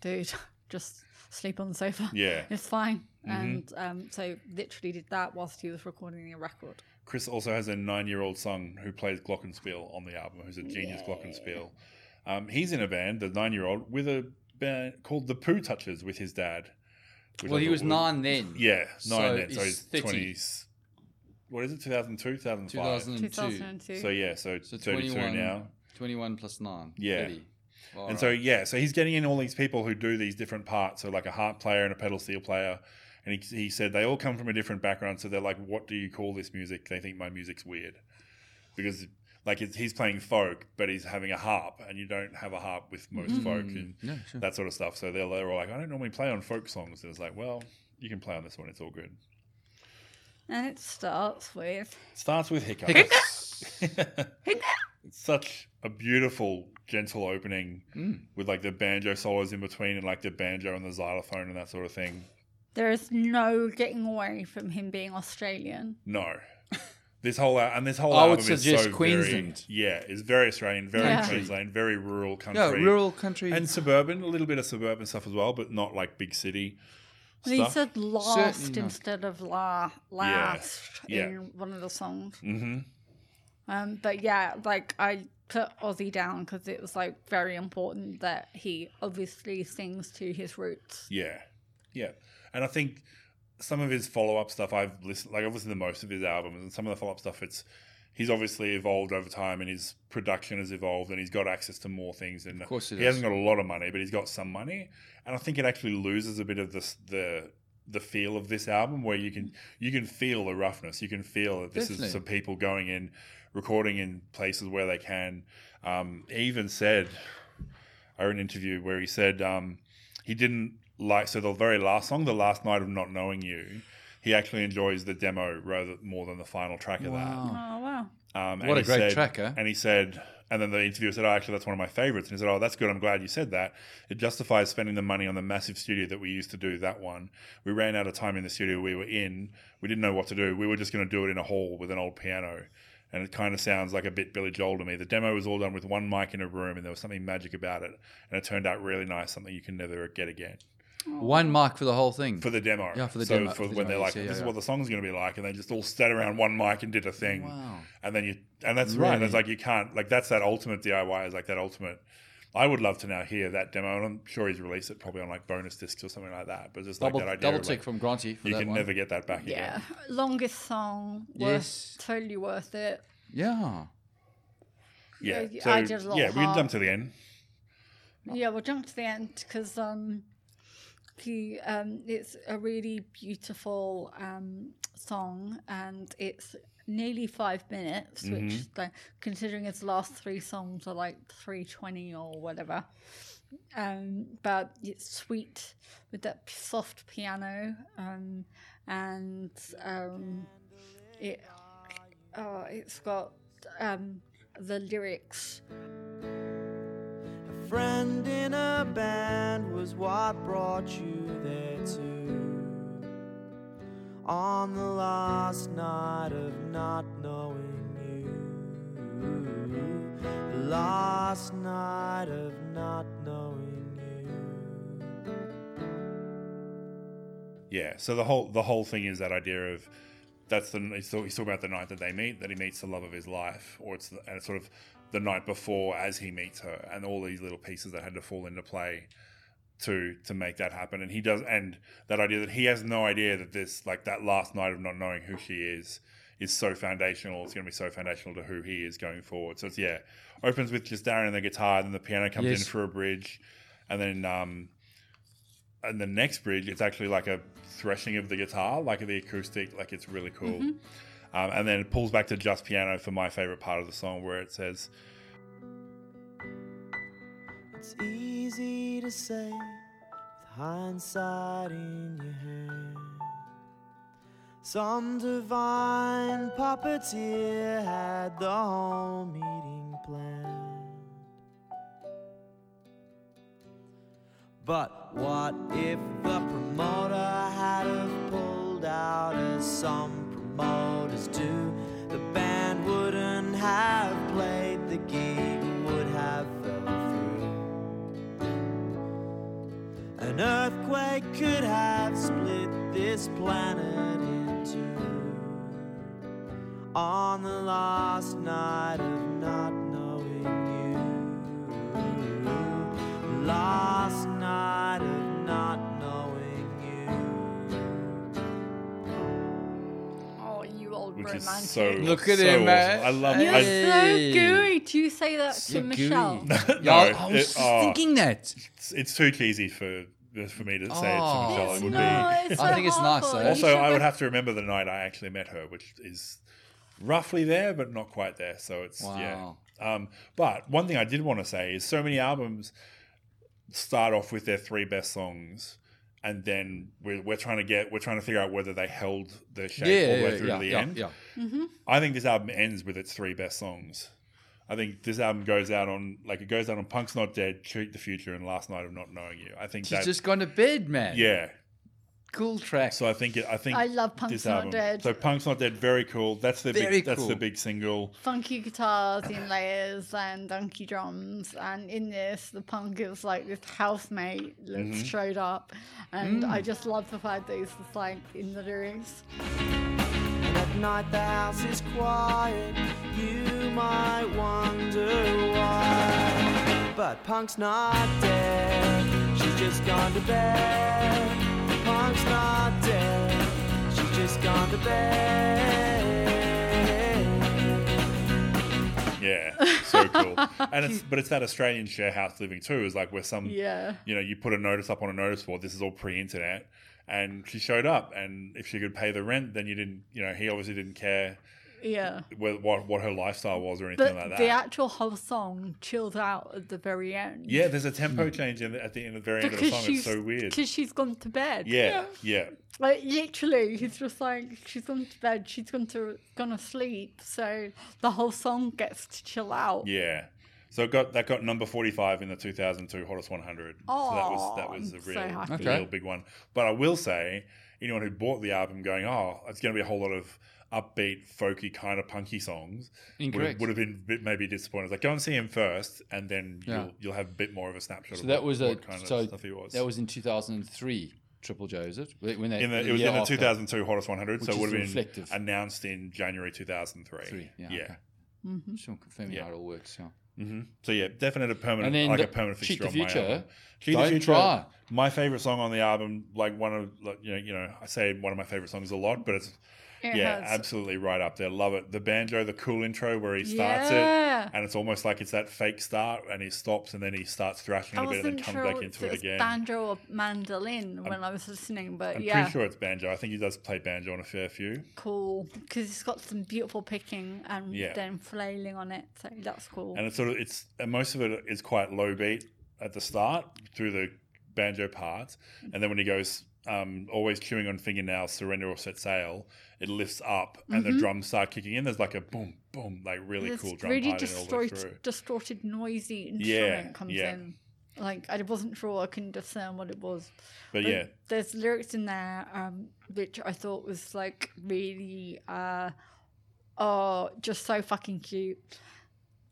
Speaker 3: dude, just sleep on the sofa.
Speaker 1: Yeah. Mm-hmm.
Speaker 3: It's fine. And um, so literally did that whilst he was recording the record.
Speaker 1: Chris also has a nine-year-old son who plays glockenspiel on the album, who's a genius glockenspiel. Um, he's in a band, the nine-year-old, with a band called the Poo Touchers with his dad. which
Speaker 2: Well,
Speaker 1: I
Speaker 2: he
Speaker 1: thought
Speaker 2: was nine then.
Speaker 1: Yeah, nine
Speaker 2: So
Speaker 1: then, so
Speaker 2: he's
Speaker 1: he's
Speaker 2: 30.
Speaker 1: twenties. What is it? 2002, 2005?
Speaker 2: 2002.
Speaker 3: 2002.
Speaker 1: So yeah, so,
Speaker 2: So
Speaker 1: 32
Speaker 2: 21
Speaker 1: now.
Speaker 2: 21 plus 9.
Speaker 1: Yeah.
Speaker 2: 30. All
Speaker 1: And so
Speaker 2: right.
Speaker 1: yeah, so he's getting in all these people who do these different parts, so like a harp player and a pedal steel player, and he, he said they all come from a different background, so they're like, "What do you call this music?" They think my music's weird because like it's, he's playing folk, but he's having a harp, and you don't have a harp with most folk and
Speaker 2: Hmm. No, sure.
Speaker 1: that sort of stuff. So they're, they're all like, "I don't normally play on folk songs," and it's like, "Well, you can play on this one; it's all good."
Speaker 3: And it starts with
Speaker 1: Starts with hiccups.
Speaker 2: Hiccups.
Speaker 1: It's such a beautiful, gentle opening
Speaker 2: Mm.
Speaker 1: with like the banjo solos in between and like the banjo and the xylophone and that sort of thing.
Speaker 3: There is no getting away from him being Australian.
Speaker 1: No, this whole al- and this whole
Speaker 2: I would
Speaker 1: album is
Speaker 2: suggest
Speaker 1: so
Speaker 2: Queensland.
Speaker 1: Very, yeah, it's very Australian, very
Speaker 3: Yeah.
Speaker 1: Queensland, very rural country.
Speaker 2: No, rural country.
Speaker 1: and suburban, a little bit of suburban stuff as well, but not like big city.
Speaker 3: And he
Speaker 1: Stuff.
Speaker 3: said last
Speaker 2: Certainly not.
Speaker 3: instead of la- last
Speaker 1: Yeah.
Speaker 3: in one of the songs.
Speaker 1: hmm
Speaker 3: Um, but yeah, like I put Aussie down because it was like very important that he obviously sings to his roots.
Speaker 1: Yeah, yeah, and I think some of his follow up stuff I've listened, like I've listened to most of his albums, and some of the follow up stuff it's he's obviously evolved over time, and his production has evolved, and he's got access to more things, and of
Speaker 2: course he
Speaker 1: he,
Speaker 2: does.
Speaker 1: hasn't got a lot of money, but he's got some money, and I think it actually loses a bit of this the the feel of this album where you can you can feel the roughness you can feel that this
Speaker 2: Definitely.
Speaker 1: is some people going in recording in places where they can um, he even said I read an interview where he said um, he didn't like so the very last song, the last night of not knowing you. He actually enjoys the demo rather more than the final track of
Speaker 3: Oh,
Speaker 2: Wow.
Speaker 1: that.
Speaker 3: wow.
Speaker 1: Um, and
Speaker 2: What a
Speaker 1: he
Speaker 2: great
Speaker 1: said-
Speaker 2: track, eh?
Speaker 1: And he said, and then the interviewer said, "Oh, actually, that's one of my favorites." And he said, "Oh, that's good. I'm glad you said that. It justifies spending the money on the massive studio that we used to do that one. We ran out of time in the studio we were in. We didn't know what to do. We were just going to do it in a hall with an old piano." And it kind of sounds like a bit Billy Joel to me. The demo was all done with one mic in a room, and there was something magic about it. And it turned out really nice, something you can never get again
Speaker 2: One mic for the whole thing.
Speaker 1: uh, for the demo.
Speaker 2: Yeah, for the
Speaker 1: so
Speaker 2: demo-
Speaker 1: For
Speaker 2: for the
Speaker 1: when they're
Speaker 2: demo,
Speaker 1: like,
Speaker 2: yeah,
Speaker 1: "This
Speaker 2: yeah,
Speaker 1: is
Speaker 2: yeah.
Speaker 1: what the song's going to be like," and they just all sat around one mic and did a thing.
Speaker 2: Wow.
Speaker 1: And then you, and that's right. That's
Speaker 2: Really?
Speaker 1: like you can't like that's that ultimate DIY is like that ultimate. I would love to now hear that demo, and I'm sure he's released it probably on like bonus discs or something like that. But just
Speaker 2: Double,
Speaker 1: like that idea,
Speaker 2: double
Speaker 1: of,
Speaker 2: tick
Speaker 1: like,
Speaker 2: from Granty for
Speaker 1: you
Speaker 2: that
Speaker 1: can
Speaker 2: one.
Speaker 1: never get that back
Speaker 3: Yeah.
Speaker 1: again.
Speaker 3: Longest song. Worth,
Speaker 2: Yes.
Speaker 3: Totally worth it.
Speaker 2: yeah.
Speaker 1: Yeah,
Speaker 3: Yeah,
Speaker 1: so,
Speaker 3: I did a lot
Speaker 1: yeah, we can
Speaker 3: hard.
Speaker 1: jump to the end.
Speaker 3: Yeah, we'll jump to the end because um, he um, it's a really beautiful um song and it's nearly five minutes,
Speaker 1: Mm-hmm.
Speaker 3: which like, considering his last three songs are like three twenty or whatever. Um, but it's sweet with that p- soft piano, um, and um, it oh, it's got um the lyrics.
Speaker 4: A friend in a band was what brought you there too. On the last night of not knowing you. The last night of not knowing you.
Speaker 1: Yeah. So the whole the whole thing is that idea of that's the he's talking, he's talking about the night that they meet, that he meets the love of his life, or it's the, and it's sort of the night before as he meets her, and all these little pieces that had to fall into play to to make that happen. And he does, and that idea that he has no idea that this like that last night of not knowing who she is is so foundational. It's going to be so foundational to who he is going forward. So it's yeah, opens with just Darren and the guitar, then the piano comes
Speaker 2: Yes.
Speaker 1: in for a bridge, and then um, and the next bridge it's actually like a threshing of the guitar like the acoustic like it's really cool
Speaker 2: Mm-hmm.
Speaker 1: um, and then it pulls back to just piano for my favorite part of the song where it says
Speaker 4: It's easy to say with hindsight in your hand. Some divine puppeteer had the whole meeting planned. But what if the promoter had have pulled out as some promoters do? The band wouldn't have played the gig, would have fell through. An earthquake could have split this planet in two. on the last night of not knowing you. Last night of not knowing you.
Speaker 3: Oh, you old
Speaker 1: which
Speaker 3: romantic.
Speaker 1: is so
Speaker 2: Look at
Speaker 1: so
Speaker 2: him,
Speaker 1: awesome.
Speaker 2: man.
Speaker 1: I love
Speaker 3: You're
Speaker 1: I,
Speaker 2: Hey.
Speaker 3: so gooey. Do you say that
Speaker 2: So
Speaker 3: to Michelle?
Speaker 2: gooey.
Speaker 1: No,
Speaker 2: I, I was
Speaker 1: it-
Speaker 2: just
Speaker 1: oh.
Speaker 2: thinking that.
Speaker 1: it's, it's too cheesy for for me to say it
Speaker 2: Oh.
Speaker 1: to Michelle.
Speaker 3: It's
Speaker 1: It would
Speaker 3: not,
Speaker 1: be.
Speaker 3: it's
Speaker 2: I
Speaker 3: so
Speaker 2: think it's nice,
Speaker 3: horrible.
Speaker 2: though.
Speaker 3: You
Speaker 1: Also,
Speaker 3: should
Speaker 1: I would
Speaker 3: go-
Speaker 1: have to remember the night I actually met her, which is roughly there, but not quite there. So it's
Speaker 2: Wow.
Speaker 1: yeah. Um, but one thing I did want to say is so many albums start off with their three best songs, and then we're, we're trying to get we're trying to figure out whether they held their shape
Speaker 2: Yeah,
Speaker 1: all the
Speaker 2: yeah,
Speaker 1: way through
Speaker 2: yeah,
Speaker 1: to the
Speaker 2: yeah,
Speaker 1: end.
Speaker 2: yeah.
Speaker 1: I think this album ends with its three best songs. I think this album goes out on like it goes out on Punk's Not Dead, Treat the Future, and Last Night of Not Knowing You. I think
Speaker 2: She's
Speaker 1: that
Speaker 2: just gone to bed, man.
Speaker 1: yeah,
Speaker 2: Cool track.
Speaker 1: so I think it, I think
Speaker 3: I love Punk's
Speaker 1: this
Speaker 3: Not
Speaker 1: album.
Speaker 3: Dead.
Speaker 1: So Punk's Not Dead, very cool. That's the
Speaker 2: Very
Speaker 1: big, that's
Speaker 2: cool.
Speaker 1: the big single.
Speaker 3: funky guitars in layers and donkey drums and in this the punk is like this housemate that
Speaker 2: Mm-hmm.
Speaker 3: showed up and
Speaker 2: Mm.
Speaker 3: i just love the fact that it's just like in the lyrics
Speaker 4: And at night the house is quiet. You might wonder why. But Punk's not dead. She's just gone to bed. Punk's not dead. She's just gone to bed.
Speaker 1: Yeah, so cool. And it's but it's that Australian share house living too. Is like where some
Speaker 3: yeah
Speaker 1: you know you put a notice up on a notice board. This is all pre-internet, and she showed up. And if she could pay the rent, then you didn't. You know, he obviously didn't care
Speaker 3: yeah
Speaker 1: wh- what what her lifestyle was or anything
Speaker 3: but
Speaker 1: like that.
Speaker 3: the actual whole song chilled out at the very end
Speaker 1: yeah, there's a tempo change in the, at the end, the very end of the
Speaker 3: Hmm. because
Speaker 1: song.
Speaker 3: she's
Speaker 1: It's so weird.
Speaker 3: because she's gone to bed
Speaker 1: Yeah, yeah,
Speaker 3: like literally he's just like she's gone to bed she's gone to gonna sleep so the whole song gets to chill out
Speaker 1: yeah. So it got that got number forty five in the two thousand two Hottest one hundred. so that was that
Speaker 3: Aw,
Speaker 1: was a
Speaker 3: I'm so
Speaker 1: real, a
Speaker 3: happy.
Speaker 1: real big one. But I will say, anyone who bought the album going, oh, it's going to be a whole lot of upbeat, folky, kind of punky songs, would have,
Speaker 2: Incorrect.
Speaker 1: would have been a bit maybe disappointed. Like go and see him first, and then
Speaker 2: Yeah.
Speaker 1: you'll you'll have a bit more of a snapshot.
Speaker 2: So
Speaker 1: of
Speaker 2: that
Speaker 1: what-
Speaker 2: was a
Speaker 1: what kind
Speaker 2: so
Speaker 1: of stuff he was.
Speaker 2: that was in 2003. Triple Joseph when they
Speaker 1: in the, it was
Speaker 2: year
Speaker 1: in the
Speaker 2: after.
Speaker 1: 2002 hottest 100, so
Speaker 2: Which
Speaker 1: it would have
Speaker 2: is
Speaker 1: been
Speaker 2: reflective.
Speaker 1: announced in January 2003.
Speaker 2: Three,
Speaker 1: Yeah.
Speaker 2: yeah, okay.
Speaker 3: Mm-hmm.
Speaker 2: Just confirming
Speaker 1: Yeah.
Speaker 2: how it all works. Yeah.
Speaker 1: hmm So yeah, definite a permanent,
Speaker 2: And then
Speaker 1: like
Speaker 2: the-
Speaker 1: a permanent
Speaker 2: Cheat
Speaker 1: fixture on
Speaker 2: the
Speaker 1: my
Speaker 2: Future,
Speaker 1: album. Cheat
Speaker 2: Don't Try.
Speaker 1: My favorite song on the album, like one of like, you know, you know, I say one of my favorite songs a lot, but it's
Speaker 3: It
Speaker 1: yeah,
Speaker 3: has-
Speaker 1: absolutely right up there. Love it. The banjo, the cool intro where he starts
Speaker 3: Yeah.
Speaker 1: it, and it's almost like it's that fake start, and he stops, and then he starts thrashing
Speaker 3: I
Speaker 1: it a bit, and
Speaker 3: wasn't
Speaker 1: then comes
Speaker 3: sure
Speaker 1: back
Speaker 3: if
Speaker 1: into it
Speaker 3: was
Speaker 1: again.
Speaker 3: banjo or mandolin when I was listening, but
Speaker 1: I'm
Speaker 3: yeah,
Speaker 1: pretty sure it's banjo. I think he does play banjo on a fair few.
Speaker 3: cool because it's got some beautiful picking and
Speaker 1: Yeah.
Speaker 3: then flailing on it, so that's cool.
Speaker 1: and it's sort of it's and most of it is quite low beat at the start through the banjo parts, and then when he goes um, always chewing on fingernails, surrender or set sail, it lifts up and the drums start kicking in. There's like a boom, boom, like really
Speaker 3: This
Speaker 1: cool drum
Speaker 3: really
Speaker 1: part all the way
Speaker 3: distorted,
Speaker 1: through.
Speaker 3: distorted, noisy
Speaker 1: Yeah,
Speaker 3: instrument comes
Speaker 1: yeah.
Speaker 3: in. Like I wasn't sure I couldn't discern what it was.
Speaker 1: But
Speaker 3: But
Speaker 1: yeah,
Speaker 3: there's lyrics in there um, which I thought was like really, uh, oh, just so fucking cute.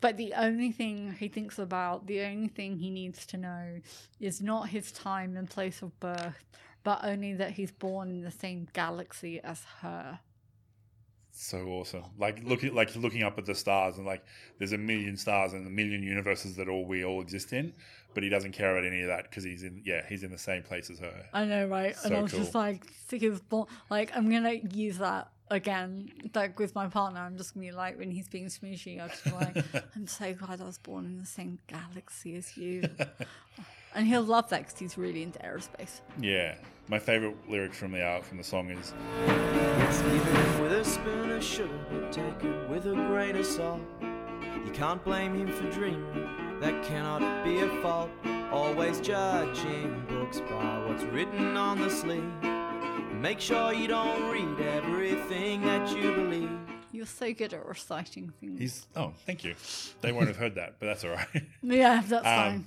Speaker 3: But the only thing he thinks about, the only thing he needs to know, is not his time and place of birth, but only that he's born in the same galaxy as her.
Speaker 1: so awesome. Like looking like looking up at the stars and like there's a million stars and a million universes that all we all exist in, but he doesn't care about any of that because he's in yeah he's in the same place as her.
Speaker 3: I know, right? and
Speaker 1: So
Speaker 3: I was just
Speaker 1: cool.
Speaker 3: like, sick of bon- like I'm gonna use that again, like with my partner. I'm just gonna be like, when he's being smooshy, I'm just like, I'm so glad I was born in the same galaxy as you. and he'll love that because he's really into aerospace.
Speaker 1: Yeah, my favorite lyric from the uh, from the song is
Speaker 4: It's even with a spoon of sugar, but take it with a grain of salt. You can't blame him for dreaming, that cannot be a fault. Always judging books by what's written on the sleeve. Make sure you don't read everything that you believe.
Speaker 3: You're so good at reciting things.
Speaker 1: He's oh, thank you. They won't have heard that, but that's all right.
Speaker 3: yeah, that's
Speaker 1: Um,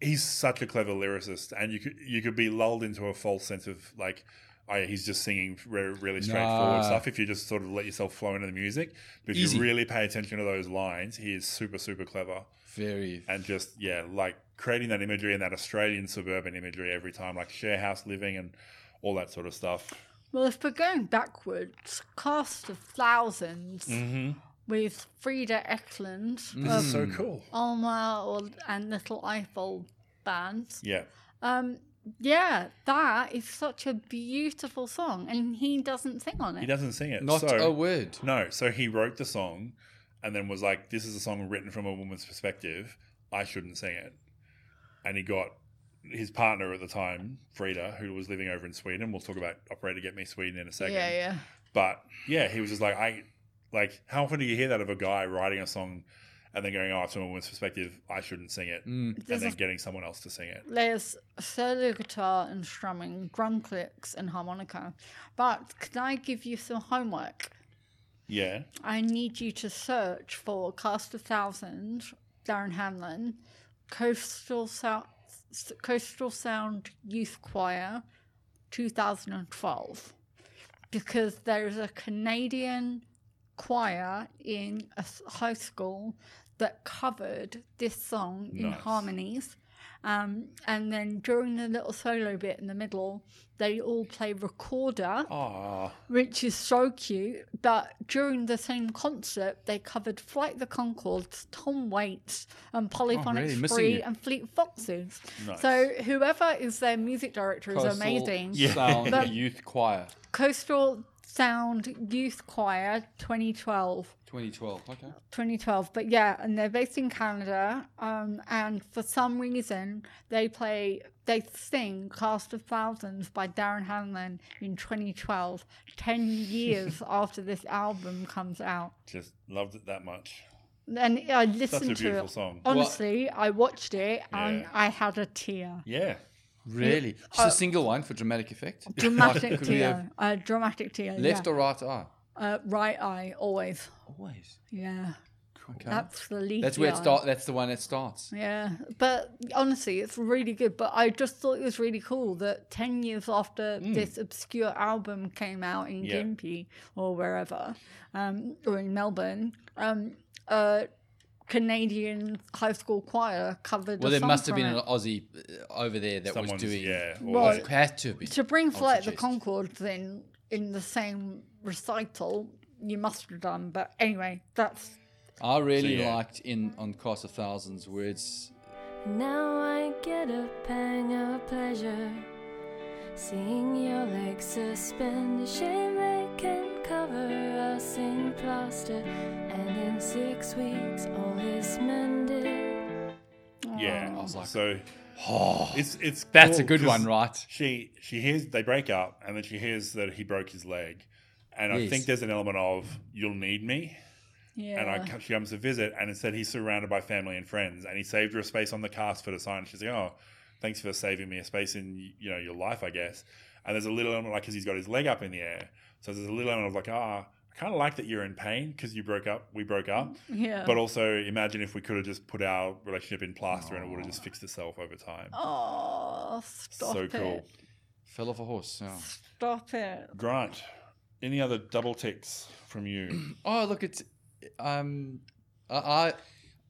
Speaker 1: he's such a clever lyricist, and you could you could be lulled into a false sense of like, oh, yeah, he's just singing re- really straightforward
Speaker 2: Nah.
Speaker 1: stuff. If you just sort of let yourself flow into the music, but if
Speaker 2: Easy.
Speaker 1: you really pay attention to those lines, he is super super clever,
Speaker 2: Very.
Speaker 1: and just yeah, like creating that imagery and that Australian suburban imagery every time, like share house living and all that sort of stuff.
Speaker 3: Well, if we're going backwards, cast of 1000s
Speaker 1: Mm.
Speaker 2: Mm-hmm.
Speaker 3: with Frida Eklund
Speaker 1: This
Speaker 3: of
Speaker 1: is so
Speaker 2: Mm.
Speaker 1: cool.
Speaker 3: Alma or, and Little Eiffel bands.
Speaker 1: Yeah.
Speaker 3: Um, yeah, that is such a beautiful song, and he doesn't sing on it.
Speaker 1: He doesn't sing it.
Speaker 2: Not
Speaker 1: so,
Speaker 2: a word.
Speaker 1: No, so he wrote the song and then was like, This is a song written from a woman's perspective. I shouldn't sing it. And he got his partner at the time, Frida, who was living over in Sweden. We'll talk about Operator Get Me Sweden in a second.
Speaker 3: Yeah, yeah.
Speaker 1: But yeah, he was just like, I like how often do you hear that of a guy writing a song and then going, Oh, it's from a woman's perspective, I shouldn't sing it
Speaker 2: Mm.
Speaker 1: and
Speaker 3: There's,
Speaker 1: then
Speaker 3: a,
Speaker 1: getting someone else to sing it.
Speaker 3: there's solo guitar and strumming, drum clicks, and harmonica. But can I give you some homework?
Speaker 1: Yeah.
Speaker 3: I need you to search for Cast of Thousand, Darren Hamlin, Coastal South, Coastal Sound Youth Choir, 2012, because there's a Canadian choir in a s- high school that covered this song in
Speaker 1: Nice.
Speaker 3: harmonies. Um, and then during the little solo bit in the middle, they all play recorder
Speaker 1: Ah,
Speaker 3: which is so cute. But during the same concert, they covered Flight the Concords, Tom Waits, and Polyphonic
Speaker 2: Oh, really?
Speaker 3: Spree
Speaker 2: Missing it.
Speaker 3: and Fleet Foxes.
Speaker 1: Nice.
Speaker 3: So whoever is their music director is
Speaker 2: Coastal
Speaker 3: amazing.
Speaker 2: Sound
Speaker 3: But-
Speaker 2: Youth Choir,
Speaker 3: Coastal Sound Youth Choir 2012.
Speaker 2: 2012. Okay.
Speaker 3: 2012 but yeah and they're based in canada um and for some reason they play they sing cast of thousands by darren hanlon in 2012 10 years after this album comes out
Speaker 1: just loved it that much.
Speaker 3: and i
Speaker 1: Such a
Speaker 3: listened to
Speaker 1: beautiful
Speaker 3: it
Speaker 1: song.
Speaker 3: honestly i watched it and
Speaker 1: Yeah.
Speaker 3: i had a tear
Speaker 1: Yeah.
Speaker 2: Really? Just
Speaker 3: Uh,
Speaker 2: a single line for dramatic effect.
Speaker 3: dramatic
Speaker 2: Could we have
Speaker 3: tear a dramatic tear
Speaker 2: Left
Speaker 3: yeah.
Speaker 2: or right eye?
Speaker 3: uh, right eye always
Speaker 2: Always.
Speaker 3: yeah
Speaker 2: Okay.
Speaker 3: that's the lead
Speaker 2: That's where it
Speaker 3: eye.
Speaker 2: start. That's the one that starts.
Speaker 3: Yeah, but honestly, it's really good. But I just thought it was really cool that 10 years after this obscure album came out in
Speaker 1: Yeah.
Speaker 3: Gympie or wherever, um, or in Melbourne, um, a Canadian high school choir covered
Speaker 2: Well,
Speaker 3: a
Speaker 2: there
Speaker 3: song
Speaker 2: must have
Speaker 3: from
Speaker 2: been an
Speaker 3: it.
Speaker 2: Aussie uh, over there that
Speaker 1: Someone's,
Speaker 2: was doing.
Speaker 1: yeah. or-
Speaker 3: Well,
Speaker 2: It had to be.
Speaker 3: To bring Flight the
Speaker 2: suggest.
Speaker 3: Concords in, in the same recital, you must have done. But anyway, that's
Speaker 2: I really
Speaker 1: So, yeah.
Speaker 2: liked in on Cast of Thousands words.
Speaker 5: Now I get a pang of pleasure seeing your legs suspend. A shame they can cover us in plaster, and in six weeks all is mended.
Speaker 1: Yeah.
Speaker 2: was like,
Speaker 1: so
Speaker 2: Oh,
Speaker 1: it's it's
Speaker 2: that's a
Speaker 1: cool
Speaker 2: good
Speaker 1: 'cause
Speaker 2: one, right?
Speaker 1: She she hears they break up and then she hears that he broke his leg, and I
Speaker 2: Yes.
Speaker 1: think there's an element of you'll need me.
Speaker 3: yeah.
Speaker 1: And I co- she comes to visit, and instead he's surrounded by family and friends, and he saved her a space on the cast for the sign. She's like, oh, thanks for saving me a space in you know your life, I guess. And there's a little element like because he's got his leg up in the air, so there's a little element of like ah. I Kind of like that you're in pain because you broke up. We broke up,
Speaker 3: yeah.
Speaker 1: but also imagine if we could have just put our relationship in plaster and it would have just fixed itself over time.
Speaker 3: oh, stop
Speaker 1: so
Speaker 3: it.
Speaker 1: cool.
Speaker 2: Fell off a horse. yeah.
Speaker 3: Stop it.
Speaker 1: Grant, any other double ticks from you?
Speaker 2: Oh, look, it's um, I, I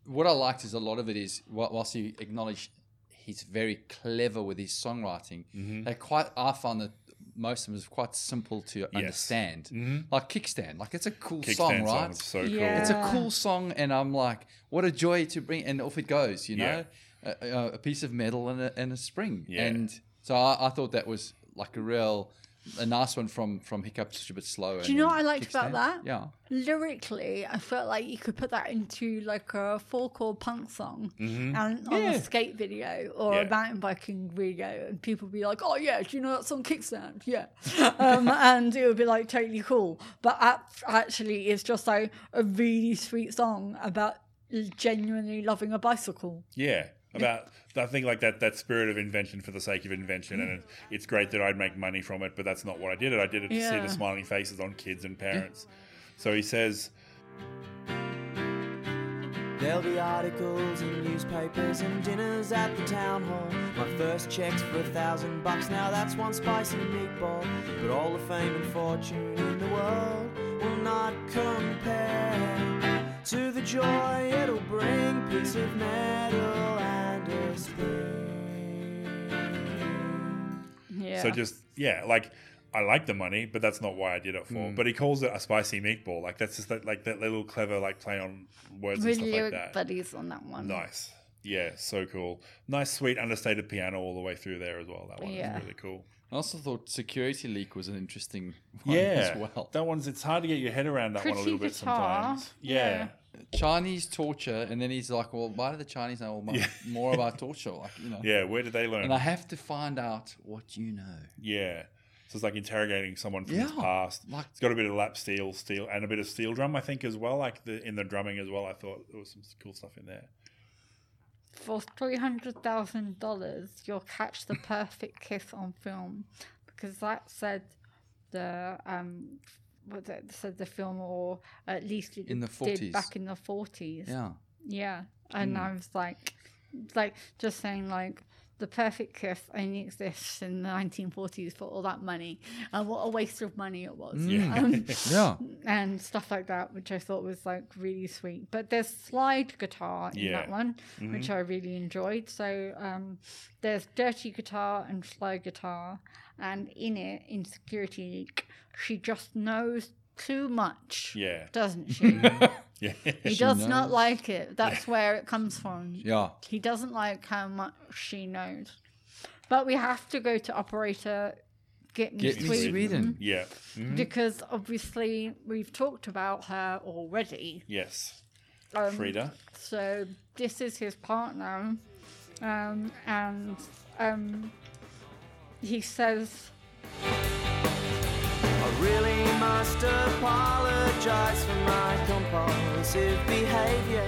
Speaker 2: what I liked is a lot of it is whi- whilst you acknowledge he's very clever with his songwriting, they quite I found that most of them is quite simple to understand. Like Kickstand, like it's a cool song,
Speaker 1: Kickstand
Speaker 2: right?
Speaker 1: song. It's so cool.
Speaker 3: Yeah.
Speaker 2: it's a cool song, and I'm like, what a joy to bring, and off it goes, you know,
Speaker 1: Yeah.
Speaker 2: a, a, a piece of metal and a, and a spring,
Speaker 1: Yeah.
Speaker 2: and so I, I thought that was like a real. A nice one from from Hiccup, just a bit slower.
Speaker 3: Do
Speaker 2: and
Speaker 3: you know
Speaker 2: then
Speaker 3: what I liked about
Speaker 2: Kickstand.
Speaker 3: that?
Speaker 2: Yeah.
Speaker 3: lyrically, I felt like you could put that into like a folk or punk song and on
Speaker 2: Yeah.
Speaker 3: a skate video or
Speaker 1: Mm-hmm. Yeah.
Speaker 3: a mountain biking video, and people be like, "Oh yeah, do you know that song Kickstand?" Yeah, um, and it would be like totally cool. But act- actually, it's just like a really sweet song about genuinely loving a bicycle.
Speaker 1: Yeah. About I think like that that spirit of invention for the sake of invention, and it, it's great that I'd make money from it, but that's not what I did. It I did it to see
Speaker 3: Yeah.
Speaker 1: the smiling faces on kids and parents. So he says,
Speaker 4: There'll be articles in newspapers and dinners at the town hall. My first check's for a thousand bucks, now that's one spicy meatball. But all the fame and fortune in the world will not compare to the joy it'll bring. Piece of metal and a spring.
Speaker 3: Yeah.
Speaker 1: so just yeah, like I like the money, but that's not why I did it for.
Speaker 3: Mm.
Speaker 1: But he calls it a spicy meatball. Like that's just that, like that little clever like play on words and
Speaker 3: Really
Speaker 1: stuff like
Speaker 3: lyric
Speaker 1: that.
Speaker 3: buddies on that one.
Speaker 1: Nice. Yeah, so cool. Nice, sweet, understated piano all the way through there as well. That one
Speaker 3: Yeah.
Speaker 1: is really cool.
Speaker 2: I also thought security leak was an interesting one as well.
Speaker 1: That one's, it's hard to get your head around that one a
Speaker 3: Pretty
Speaker 1: little bit
Speaker 3: guitar.
Speaker 1: sometimes. Yeah.
Speaker 3: Yeah.
Speaker 2: Chinese torture, and then he's like, "Well, why do the Chinese know all my, more about torture? Like, you know."
Speaker 1: Yeah. Where did they learn?
Speaker 2: And I have to find out what you know.
Speaker 1: yeah. So it's like interrogating someone from his
Speaker 2: Yeah.
Speaker 1: past.
Speaker 2: Like-
Speaker 1: it's got a bit of lap steel, steel, and a bit of steel drum, I think, as well. Like the, in the drumming as well. I thought there was some cool stuff in there.
Speaker 3: For three hundred thousand dollars, you'll catch the perfect kiss on film, because that said the um, what that said the film, or at least it
Speaker 2: In the
Speaker 3: did
Speaker 2: 40s.
Speaker 3: back in the forties.
Speaker 2: Yeah. Hmm.
Speaker 3: Yeah, and I was like, like just saying like. The perfect kiss only exists in the 1940s for all that money, and what a waste of money it was.
Speaker 1: Yeah.
Speaker 3: Um,
Speaker 2: Mm. Yeah.
Speaker 3: and stuff like that, which I thought was like really sweet. But there's slide guitar in that
Speaker 1: Yeah.
Speaker 3: one, which I really enjoyed. So um, there's dirty guitar and slide guitar, and in it, in Security Leak, she just knows too much,
Speaker 1: Yeah.
Speaker 3: doesn't she?
Speaker 1: Yeah.
Speaker 3: he does not
Speaker 2: knows.
Speaker 3: like it. That's where it comes from.
Speaker 2: Yeah.
Speaker 3: He doesn't like how much she knows. But we have to go to operator. Get me,
Speaker 2: Get me
Speaker 1: Sweden.
Speaker 3: Mm-hmm.
Speaker 2: Sweden.
Speaker 1: yeah. Mm-hmm.
Speaker 3: because obviously we've talked about her already.
Speaker 1: Yes.
Speaker 3: Um,
Speaker 1: Frida.
Speaker 3: So this is his partner, um, and um, he says,
Speaker 4: I really must apologize for my compulsive behavior.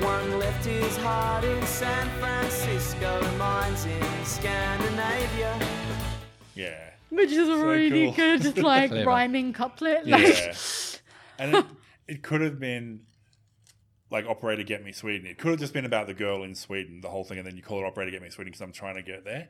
Speaker 4: One left his heart in San Francisco, and mine's in Scandinavia.
Speaker 1: Yeah.
Speaker 3: which is a really
Speaker 1: cool.
Speaker 3: good like
Speaker 2: Clever.
Speaker 3: rhyming couplet.
Speaker 1: Yeah.
Speaker 3: Like,
Speaker 1: and it, it could have been like Operator Get Me Sweden. It could have just been about the girl in Sweden, the whole thing, and then you call it Operator Get Me Sweden because I'm trying to get there.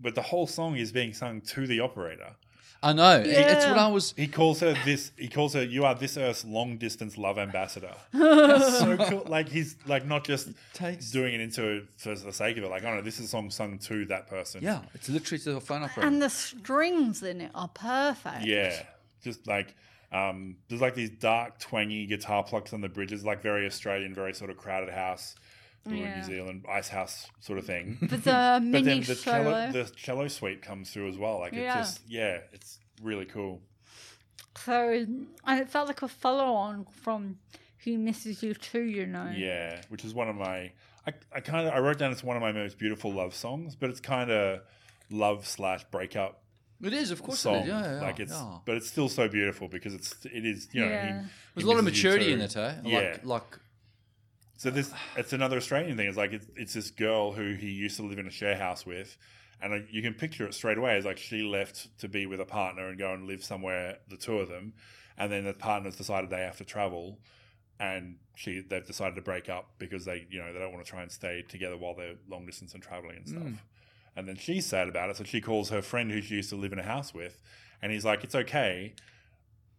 Speaker 1: But the whole song is being sung to the operator.
Speaker 2: I know. It- It's
Speaker 3: Yeah.
Speaker 2: what I was.
Speaker 1: He calls her this. He calls her "You are this Earth's long distance love ambassador." That's so cool. Like he's like not just
Speaker 2: takes-
Speaker 1: doing it into for the sake of it. Like, oh no, this is a song sung to that person.
Speaker 2: Yeah. It's literally to the phone operator.
Speaker 3: and the strings in it are perfect.
Speaker 1: Yeah, just like um, there's like these dark, twangy guitar plucks on the bridges, like very Australian, very sort of crowded house, or
Speaker 3: Yeah.
Speaker 1: New Zealand ice house sort of thing.
Speaker 3: But the
Speaker 1: but
Speaker 3: mini
Speaker 1: then the
Speaker 3: solo.
Speaker 1: cello, the cello sweep comes through as well. Like it
Speaker 3: Yeah.
Speaker 1: just, yeah, it's really cool.
Speaker 3: so and it felt like a follow-on from "Who Misses You Too," you know.
Speaker 1: Yeah, which is one of my, I, I kind of, I wrote down it's one of my most beautiful love songs, but it's kind of love slash breakup
Speaker 2: it is, of course. It
Speaker 1: song.
Speaker 2: is. Yeah, yeah,
Speaker 1: like it's,
Speaker 2: yeah.
Speaker 1: but it's still so beautiful because it's, it is, you know, he-
Speaker 3: Yeah.
Speaker 1: he
Speaker 2: There's a lot of
Speaker 1: misses you
Speaker 2: maturity
Speaker 1: too.
Speaker 2: in it, eh?
Speaker 1: Yeah.
Speaker 2: Like, like
Speaker 1: So this it's another Australian thing. It's like it's, it's this girl who he used to live in a share house with, and uh, you can picture it straight away. It's like she left to be with a partner and go and live somewhere, the two of them, and then the partners decided they have to travel, and she they've decided to break up because they you know they don't want to try and stay together while they're long distance and traveling and stuff. And then she's sad about it, so she calls her friend who she used to live in a house with, and he's like, "It's okay,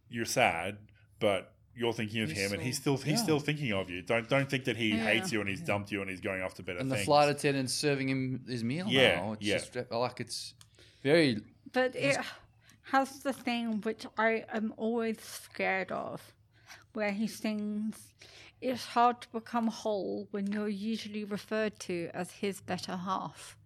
Speaker 1: you're sad, but you're thinking of
Speaker 2: He's
Speaker 1: him, and he's
Speaker 2: still-
Speaker 1: still he's
Speaker 2: yeah.
Speaker 1: still thinking of you. Don't don't think that he
Speaker 3: Yeah.
Speaker 1: hates you and he's dumped you and he's going off to better
Speaker 2: and the
Speaker 1: things.
Speaker 2: flight attendant serving him his meal.
Speaker 1: Yeah,
Speaker 2: Now. It's
Speaker 1: yeah.
Speaker 2: Just, like it's very.
Speaker 3: But it has the thing which I am always scared of, where he sings, It's hard to become whole when you're usually referred to as his better half.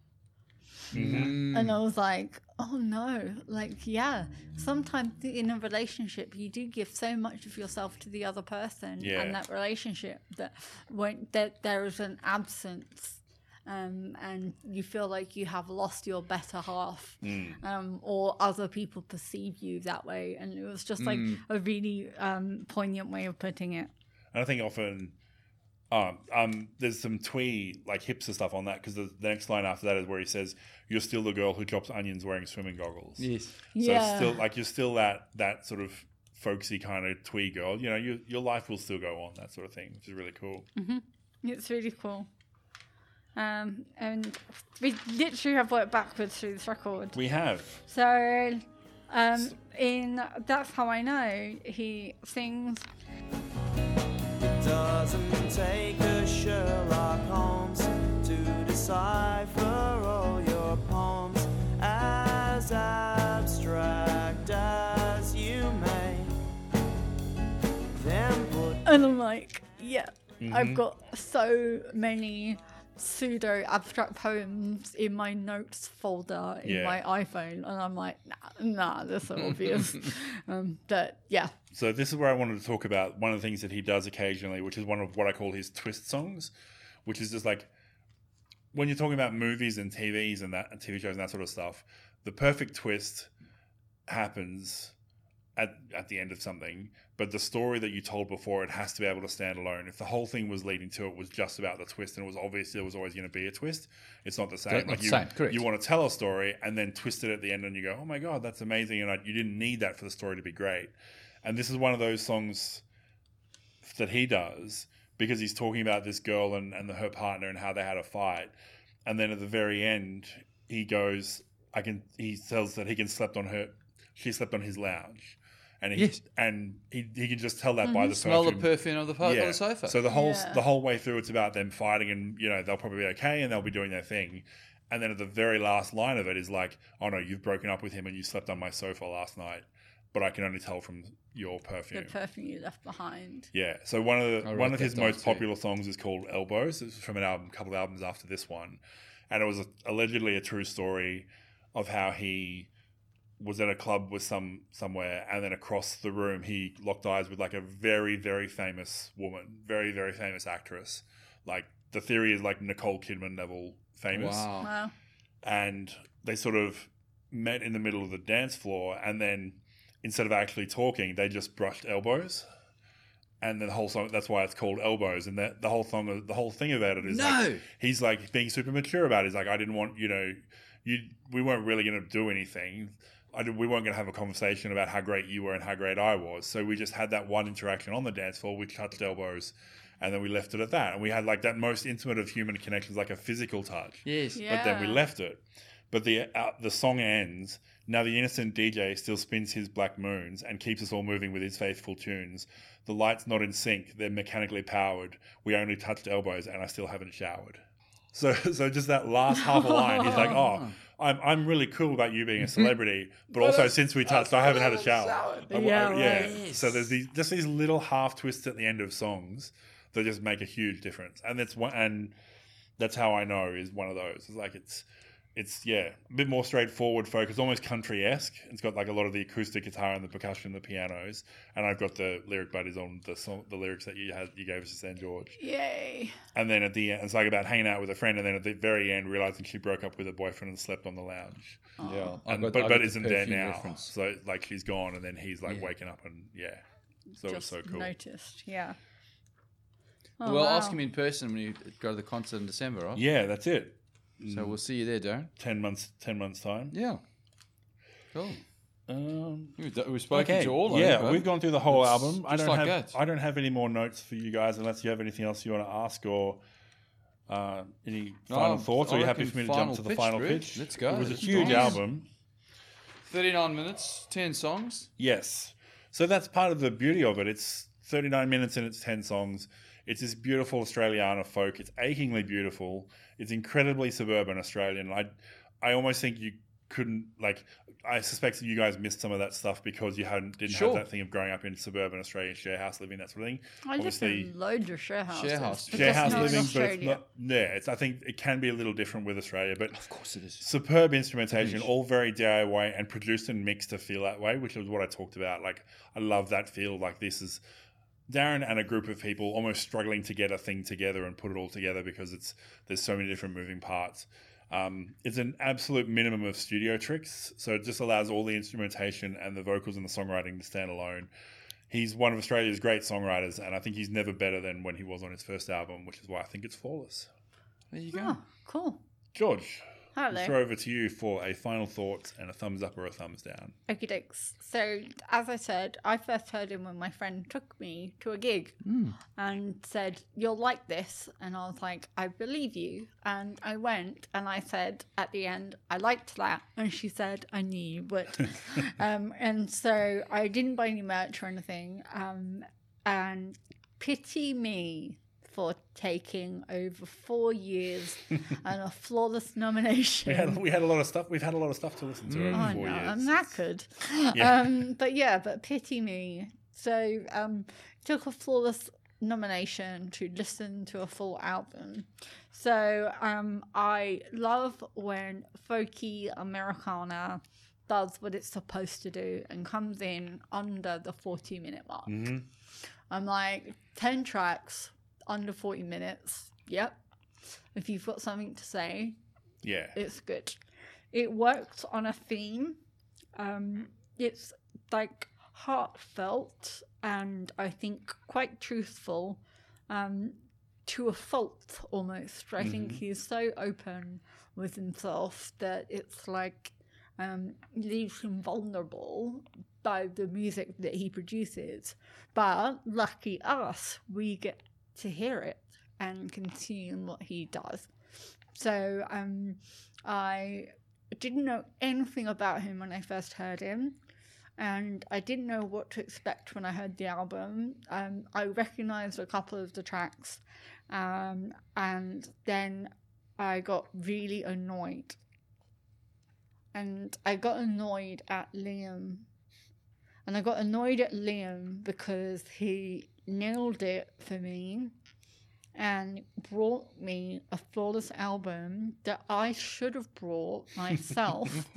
Speaker 3: And I was like, oh no, like, yeah, sometimes in a relationship, you do give so much of yourself to the other person
Speaker 1: Yeah.
Speaker 3: and that relationship that when that there is an absence. Um, and you feel like you have lost your better half, um, or other people perceive you that way, and it was just like a really um, poignant way of putting it.
Speaker 1: and I think often, um, um, there's some twee like hipster stuff on that because the, the next line after that is where he says, "You're still the girl who chops onions wearing swimming goggles."
Speaker 2: Yes.
Speaker 1: So
Speaker 3: yeah,
Speaker 1: it's still like you're still that that sort of folksy kind of twee girl. You know, your your life will still go on that sort of thing, which is really cool.
Speaker 3: It's really cool. Um, and we literally have worked backwards through this record.
Speaker 1: We have
Speaker 3: So, um, in That's How I Know, he sings,
Speaker 4: It doesn't take a Sherlock Holmes to decipher all your poems as abstract
Speaker 3: and I'm like, yeah, I've got so many pseudo abstract poems in my notes folder in
Speaker 1: Yeah.
Speaker 3: my iPhone, and I'm like, nah, nah, they're so obvious. um, but yeah,
Speaker 1: So this is where I wanted to talk about one of the things that he does occasionally, which is one of what I call his twist songs, which is just like when you're talking about movies and TVs and that and TV shows and that sort of stuff, the perfect twist happens at at the end of something, but the story that you told before it has to be able to stand alone. If the whole thing was leading to it was just about the twist and it was obvious there was always going to be a twist, it's not the same.
Speaker 2: Correct, not
Speaker 1: you,
Speaker 2: the same, correct.
Speaker 1: you want to tell a story and then twist it at the end and you go, oh my god, that's amazing, and I, you didn't need that for the story to be great. And this is one of those songs that he does because he's talking about this girl and, and her partner and how they had a fight. And then at the very end, he goes, I can, he tells that he can slept on her, she slept on his lounge. And he,
Speaker 2: Yes.
Speaker 1: and he, he can just tell that by the
Speaker 2: Mm-hmm. Smell the
Speaker 1: perfume.
Speaker 2: perfume of the, po- on the sofa.
Speaker 1: So the whole
Speaker 3: Yeah.
Speaker 1: the whole way through, it's about them fighting, and you know they'll probably be okay, and they'll be doing their thing. And then at the very last line of it is like, "Oh no, you've broken up with him, and you slept on my sofa last night, but I can only tell from your
Speaker 3: the
Speaker 1: perfume."
Speaker 3: perfume you left behind.
Speaker 1: yeah. So one of the
Speaker 2: I
Speaker 1: one
Speaker 2: wrote
Speaker 1: of
Speaker 2: that
Speaker 1: his
Speaker 2: down
Speaker 1: most
Speaker 2: too.
Speaker 1: popular songs is called "Elbows." It's from an album, a couple of albums after this one, and it was allegedly a true story of how he was at a club with some somewhere and then across the room he locked eyes with like a very very famous woman very very famous actress like the theory is like nicole kidman level famous
Speaker 2: Wow.
Speaker 3: Wow.
Speaker 1: and they sort of met in the middle of the dance floor and then instead of actually talking they just brushed elbows and the whole song that's why it's called elbows and that the whole song the whole thing about it is like,
Speaker 2: No.
Speaker 1: he's like being super mature about it. He's like, I didn't want, you know, you we weren't really going to do anything. I did, we weren't going to have a conversation about how great you were and how great I was. So we just had that one interaction on the dance floor. We touched elbows, and then we left it at that. And we had like that most intimate of human connections, like a physical touch
Speaker 2: Yes.
Speaker 3: Yeah.
Speaker 1: but then we left it. But the uh, the song ends. Now the innocent DJ still spins his black moons and keeps us all moving with his faithful tunes. The lights not in sync; they're mechanically powered. We only touched elbows, and I still haven't showered. So, so just that last half a line, he's like, "Oh, I'm, I'm really cool about you being a celebrity, but also since we touched, I haven't had a shower." I- I-
Speaker 3: Yeah, right.
Speaker 1: So there's these, just these little half twists at the end of songs that just make a huge difference, and that's one and that's how I know is one of those. It's like it's it's yeah, a bit more straightforward folk. It's almost country esque. It's got like a lot of the acoustic guitar and the percussion and the pianos. And I've got the lyric buddies on the song, the lyrics that you had you gave us to San George.
Speaker 3: Yay.
Speaker 1: And then at the end, it's like about hanging out with a friend, and then at the very end, realizing she broke up with her boyfriend and slept on the lounge.
Speaker 2: Yeah. I've
Speaker 1: And,
Speaker 2: got-
Speaker 1: but
Speaker 2: I've
Speaker 1: but
Speaker 2: got the
Speaker 1: isn't there
Speaker 2: perfume
Speaker 1: now?
Speaker 2: reference.
Speaker 1: So like she's gone, and then he's like
Speaker 2: Yeah.
Speaker 1: waking up, and yeah. So
Speaker 3: Just
Speaker 1: it's so cool.
Speaker 3: noticed. Yeah. Oh,
Speaker 2: Well,
Speaker 3: wow.
Speaker 2: ask him in person when you go to the concert in December, right?
Speaker 1: Yeah, that's it.
Speaker 2: So we'll see you there, Darren.
Speaker 1: Ten months. Ten months time.
Speaker 2: Yeah. Cool.
Speaker 1: Um,
Speaker 2: We've, d- we've spoken to all. eh, I
Speaker 1: yeah,
Speaker 2: think, right?
Speaker 1: we've gone through the whole
Speaker 2: It's
Speaker 1: album. I
Speaker 2: just
Speaker 1: don't
Speaker 2: like
Speaker 1: have
Speaker 2: that.
Speaker 1: I don't have any more notes for you guys unless you have anything else you want to ask or uh, any
Speaker 2: No,
Speaker 1: final thoughts. Are
Speaker 2: Um, I
Speaker 1: you happy
Speaker 2: reckon
Speaker 1: for me to jump
Speaker 2: final
Speaker 1: to the
Speaker 2: pitch,
Speaker 1: final
Speaker 2: Rich.
Speaker 1: pitch?
Speaker 2: Let's go.
Speaker 1: It was a
Speaker 2: Let's
Speaker 1: huge
Speaker 2: do it.
Speaker 1: album.
Speaker 2: 39 minutes, 10 songs.
Speaker 1: Yes. So that's part of the beauty of it. It's 39 minutes and it's 10 songs. It's this beautiful Australiana folk. It's achingly beautiful. It's incredibly suburban Australian. I, I almost think you couldn't like. I suspect that you guys missed some of that stuff because you hadn't didn't
Speaker 2: Sure.
Speaker 1: have that thing of growing up in suburban Australian share house living that sort of thing.
Speaker 3: I lived in loads of share houses.
Speaker 2: Share house.
Speaker 3: but
Speaker 1: share
Speaker 3: just
Speaker 1: house
Speaker 3: not in
Speaker 1: living, but it's
Speaker 3: Australia.
Speaker 1: not. Yeah, it's. I think it can be a little different with Australia, but
Speaker 2: Of course it is.
Speaker 1: superb instrumentation, all very DIY and produced and mixed to feel that way, which is what I talked about. Like, I love that feel. Like, this is Darren and a group of people almost struggling to get a thing together and put it all together because it's there's so many different moving parts. Um, it's an absolute minimum of studio tricks, so it just allows all the instrumentation and the vocals and the songwriting to stand alone. He's one of Australia's great songwriters, and I think he's never better than when he was on his first album, which is why I think it's flawless.
Speaker 2: There you go.
Speaker 3: Oh, cool.
Speaker 1: George,
Speaker 3: Hello.
Speaker 1: throw over to you for a final thought and a thumbs up or a thumbs down.
Speaker 3: Okie dokes. So, as I said, I first heard him when my friend took me to a gig and said, You'll like this. And I was like, I believe you. And I went and I said at the end, I liked that. And she said, I knew you would. um, and so I didn't buy any merch or anything. Um, and pity me for taking over four years and a flawless nomination.
Speaker 1: We had, we had a lot of stuff. We've had a lot of stuff to listen to over
Speaker 3: I
Speaker 1: four
Speaker 3: know,
Speaker 1: years.
Speaker 3: Mm. Oh, I'm knackered.
Speaker 1: Yeah.
Speaker 3: Um, but yeah, but pity me. So um, took a flawless nomination to listen to a full album. So um, I love when folky Americana does what it's supposed to do and comes in under the 40 minute mark.
Speaker 1: Mm. Mm-hmm.
Speaker 3: I'm like, 10 tracks under 40 minutes. Yep. If you've got something to say,
Speaker 1: Yeah.
Speaker 3: it's good. It works on a theme. Um, it's like heartfelt and I think quite truthful um, to a fault almost. I think he's so open with himself that it's like um, leaves him vulnerable by the music that he produces. But lucky us, we get to hear it and consume what he does. So um, I didn't know anything about him when I first heard him, and I didn't know what to expect when I heard the album. Um, I recognized a couple of the tracks, um, and then I got really annoyed. And I got annoyed at Liam. And I got annoyed at Liam because he nailed it for me and brought me a flawless album that I should have brought myself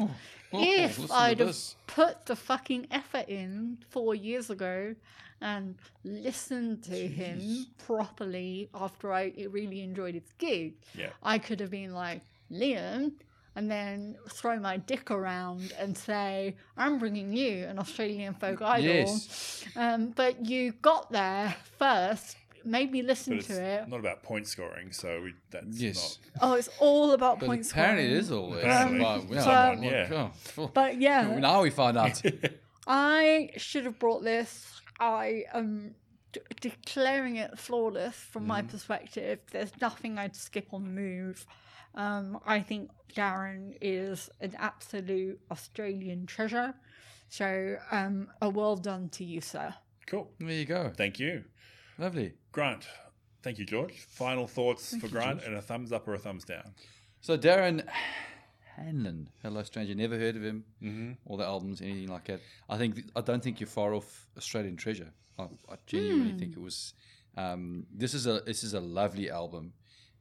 Speaker 3: if
Speaker 2: Oh, listen to
Speaker 3: I'd have
Speaker 2: this.
Speaker 3: put the fucking effort in four years ago and listened to him properly after I really enjoyed his gig.
Speaker 1: Yeah.
Speaker 3: I could have been like, Liam, and then throw my dick around and say, I'm bringing you an Australian folk idol.
Speaker 2: Yes.
Speaker 3: Um, but you got there first, made me listen
Speaker 1: But it's
Speaker 3: to it.
Speaker 1: not about point scoring, so we, that's
Speaker 2: Yes.
Speaker 3: oh, it's all about
Speaker 2: But
Speaker 3: points.
Speaker 2: apparently it is all there.
Speaker 1: Apparently.
Speaker 2: Well, yeah,
Speaker 3: Someone,
Speaker 2: well,
Speaker 1: yeah.
Speaker 2: oh,
Speaker 3: But yeah.
Speaker 2: well, now we find out.
Speaker 3: I should have brought this. I am d- declaring it flawless from my
Speaker 1: Mm.
Speaker 3: perspective. There's nothing I'd skip or move. Um, I think Darren is an absolute Australian treasure. So, um, a well done to you, sir.
Speaker 1: not cool.
Speaker 2: There you go.
Speaker 1: Thank you,
Speaker 2: Lovely.
Speaker 1: Grant. Thank you, George. Final thoughts for Grant, and a thumbs up or a thumbs down.
Speaker 2: So Darren Hanlon, hello stranger, never heard of him. Mm-hmm. All the albums, anything like that. I think I don't think you're far off Australian Treasure. I, I genuinely think it was. Um, this is a this is a lovely album.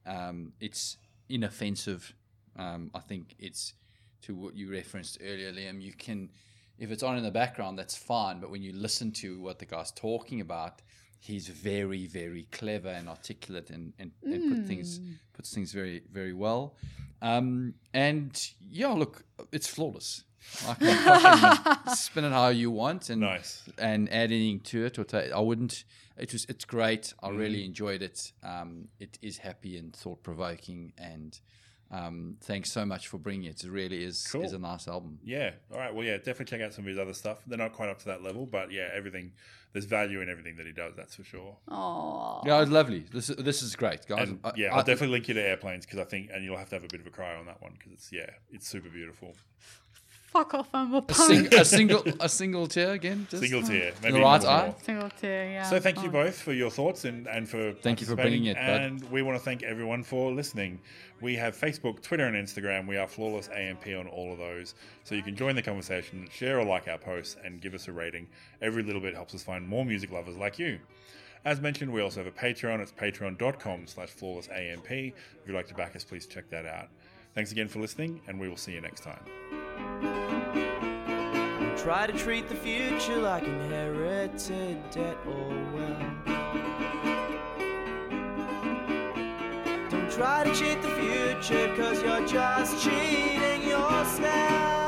Speaker 2: Um, it's inoffensive. Um, I think it's to what you referenced earlier, Liam. You can, if it's on in the background, that's fine. But when you listen to what the guy's talking about, he's very, very clever and articulate, and and, and put things puts things very, very well. Um, and yeah, look, it's flawless. I can fucking spin it how you want, and
Speaker 1: Nice.
Speaker 2: and add anything to it or ta- I wouldn't. It was it's great. I really enjoyed it. Um, it is happy and thought provoking and. Um, thanks so much for bringing it. It really is
Speaker 1: Cool.
Speaker 2: is a nice album.
Speaker 1: Yeah. All right. Well, yeah, definitely check out some of his other stuff. They're not quite up to that level, but yeah, everything. There's value in everything that he does. That's for sure.
Speaker 3: Oh,
Speaker 2: Yeah, it's lovely. This is this is great, guys.
Speaker 1: And
Speaker 2: I-
Speaker 1: yeah,
Speaker 2: I-
Speaker 1: I'll definitely link you to airplanes because I think, and you'll have to have a bit of a cry on that one because it's yeah, it's super beautiful.
Speaker 3: fuck off, I'm a
Speaker 2: a,
Speaker 3: punk.
Speaker 2: sing, a single a single tear again. Just,
Speaker 1: Single tear, maybe
Speaker 2: the right
Speaker 1: even more.
Speaker 2: eye? Oh.
Speaker 3: Single tear, yeah.
Speaker 1: So thank you
Speaker 3: fine.
Speaker 1: both for your thoughts and, and for
Speaker 2: Thank you for
Speaker 1: participating.
Speaker 2: bringing it, bud.
Speaker 1: And we want to thank everyone for listening. We have Facebook, Twitter, and Instagram. We are flawless AMP on all of those. So you can join the conversation, share or like our posts, and give us a rating. Every little bit helps us find more music lovers like you. As mentioned, we also have a Patreon. It's patreon.com slash flawlessamp. If you'd like to back us, please check that out. Thanks again for listening, and we will see you next time.
Speaker 4: Try to treat the future like inherited debt oh or wealth. Don't try to cheat the future, cause you're just cheating yourself.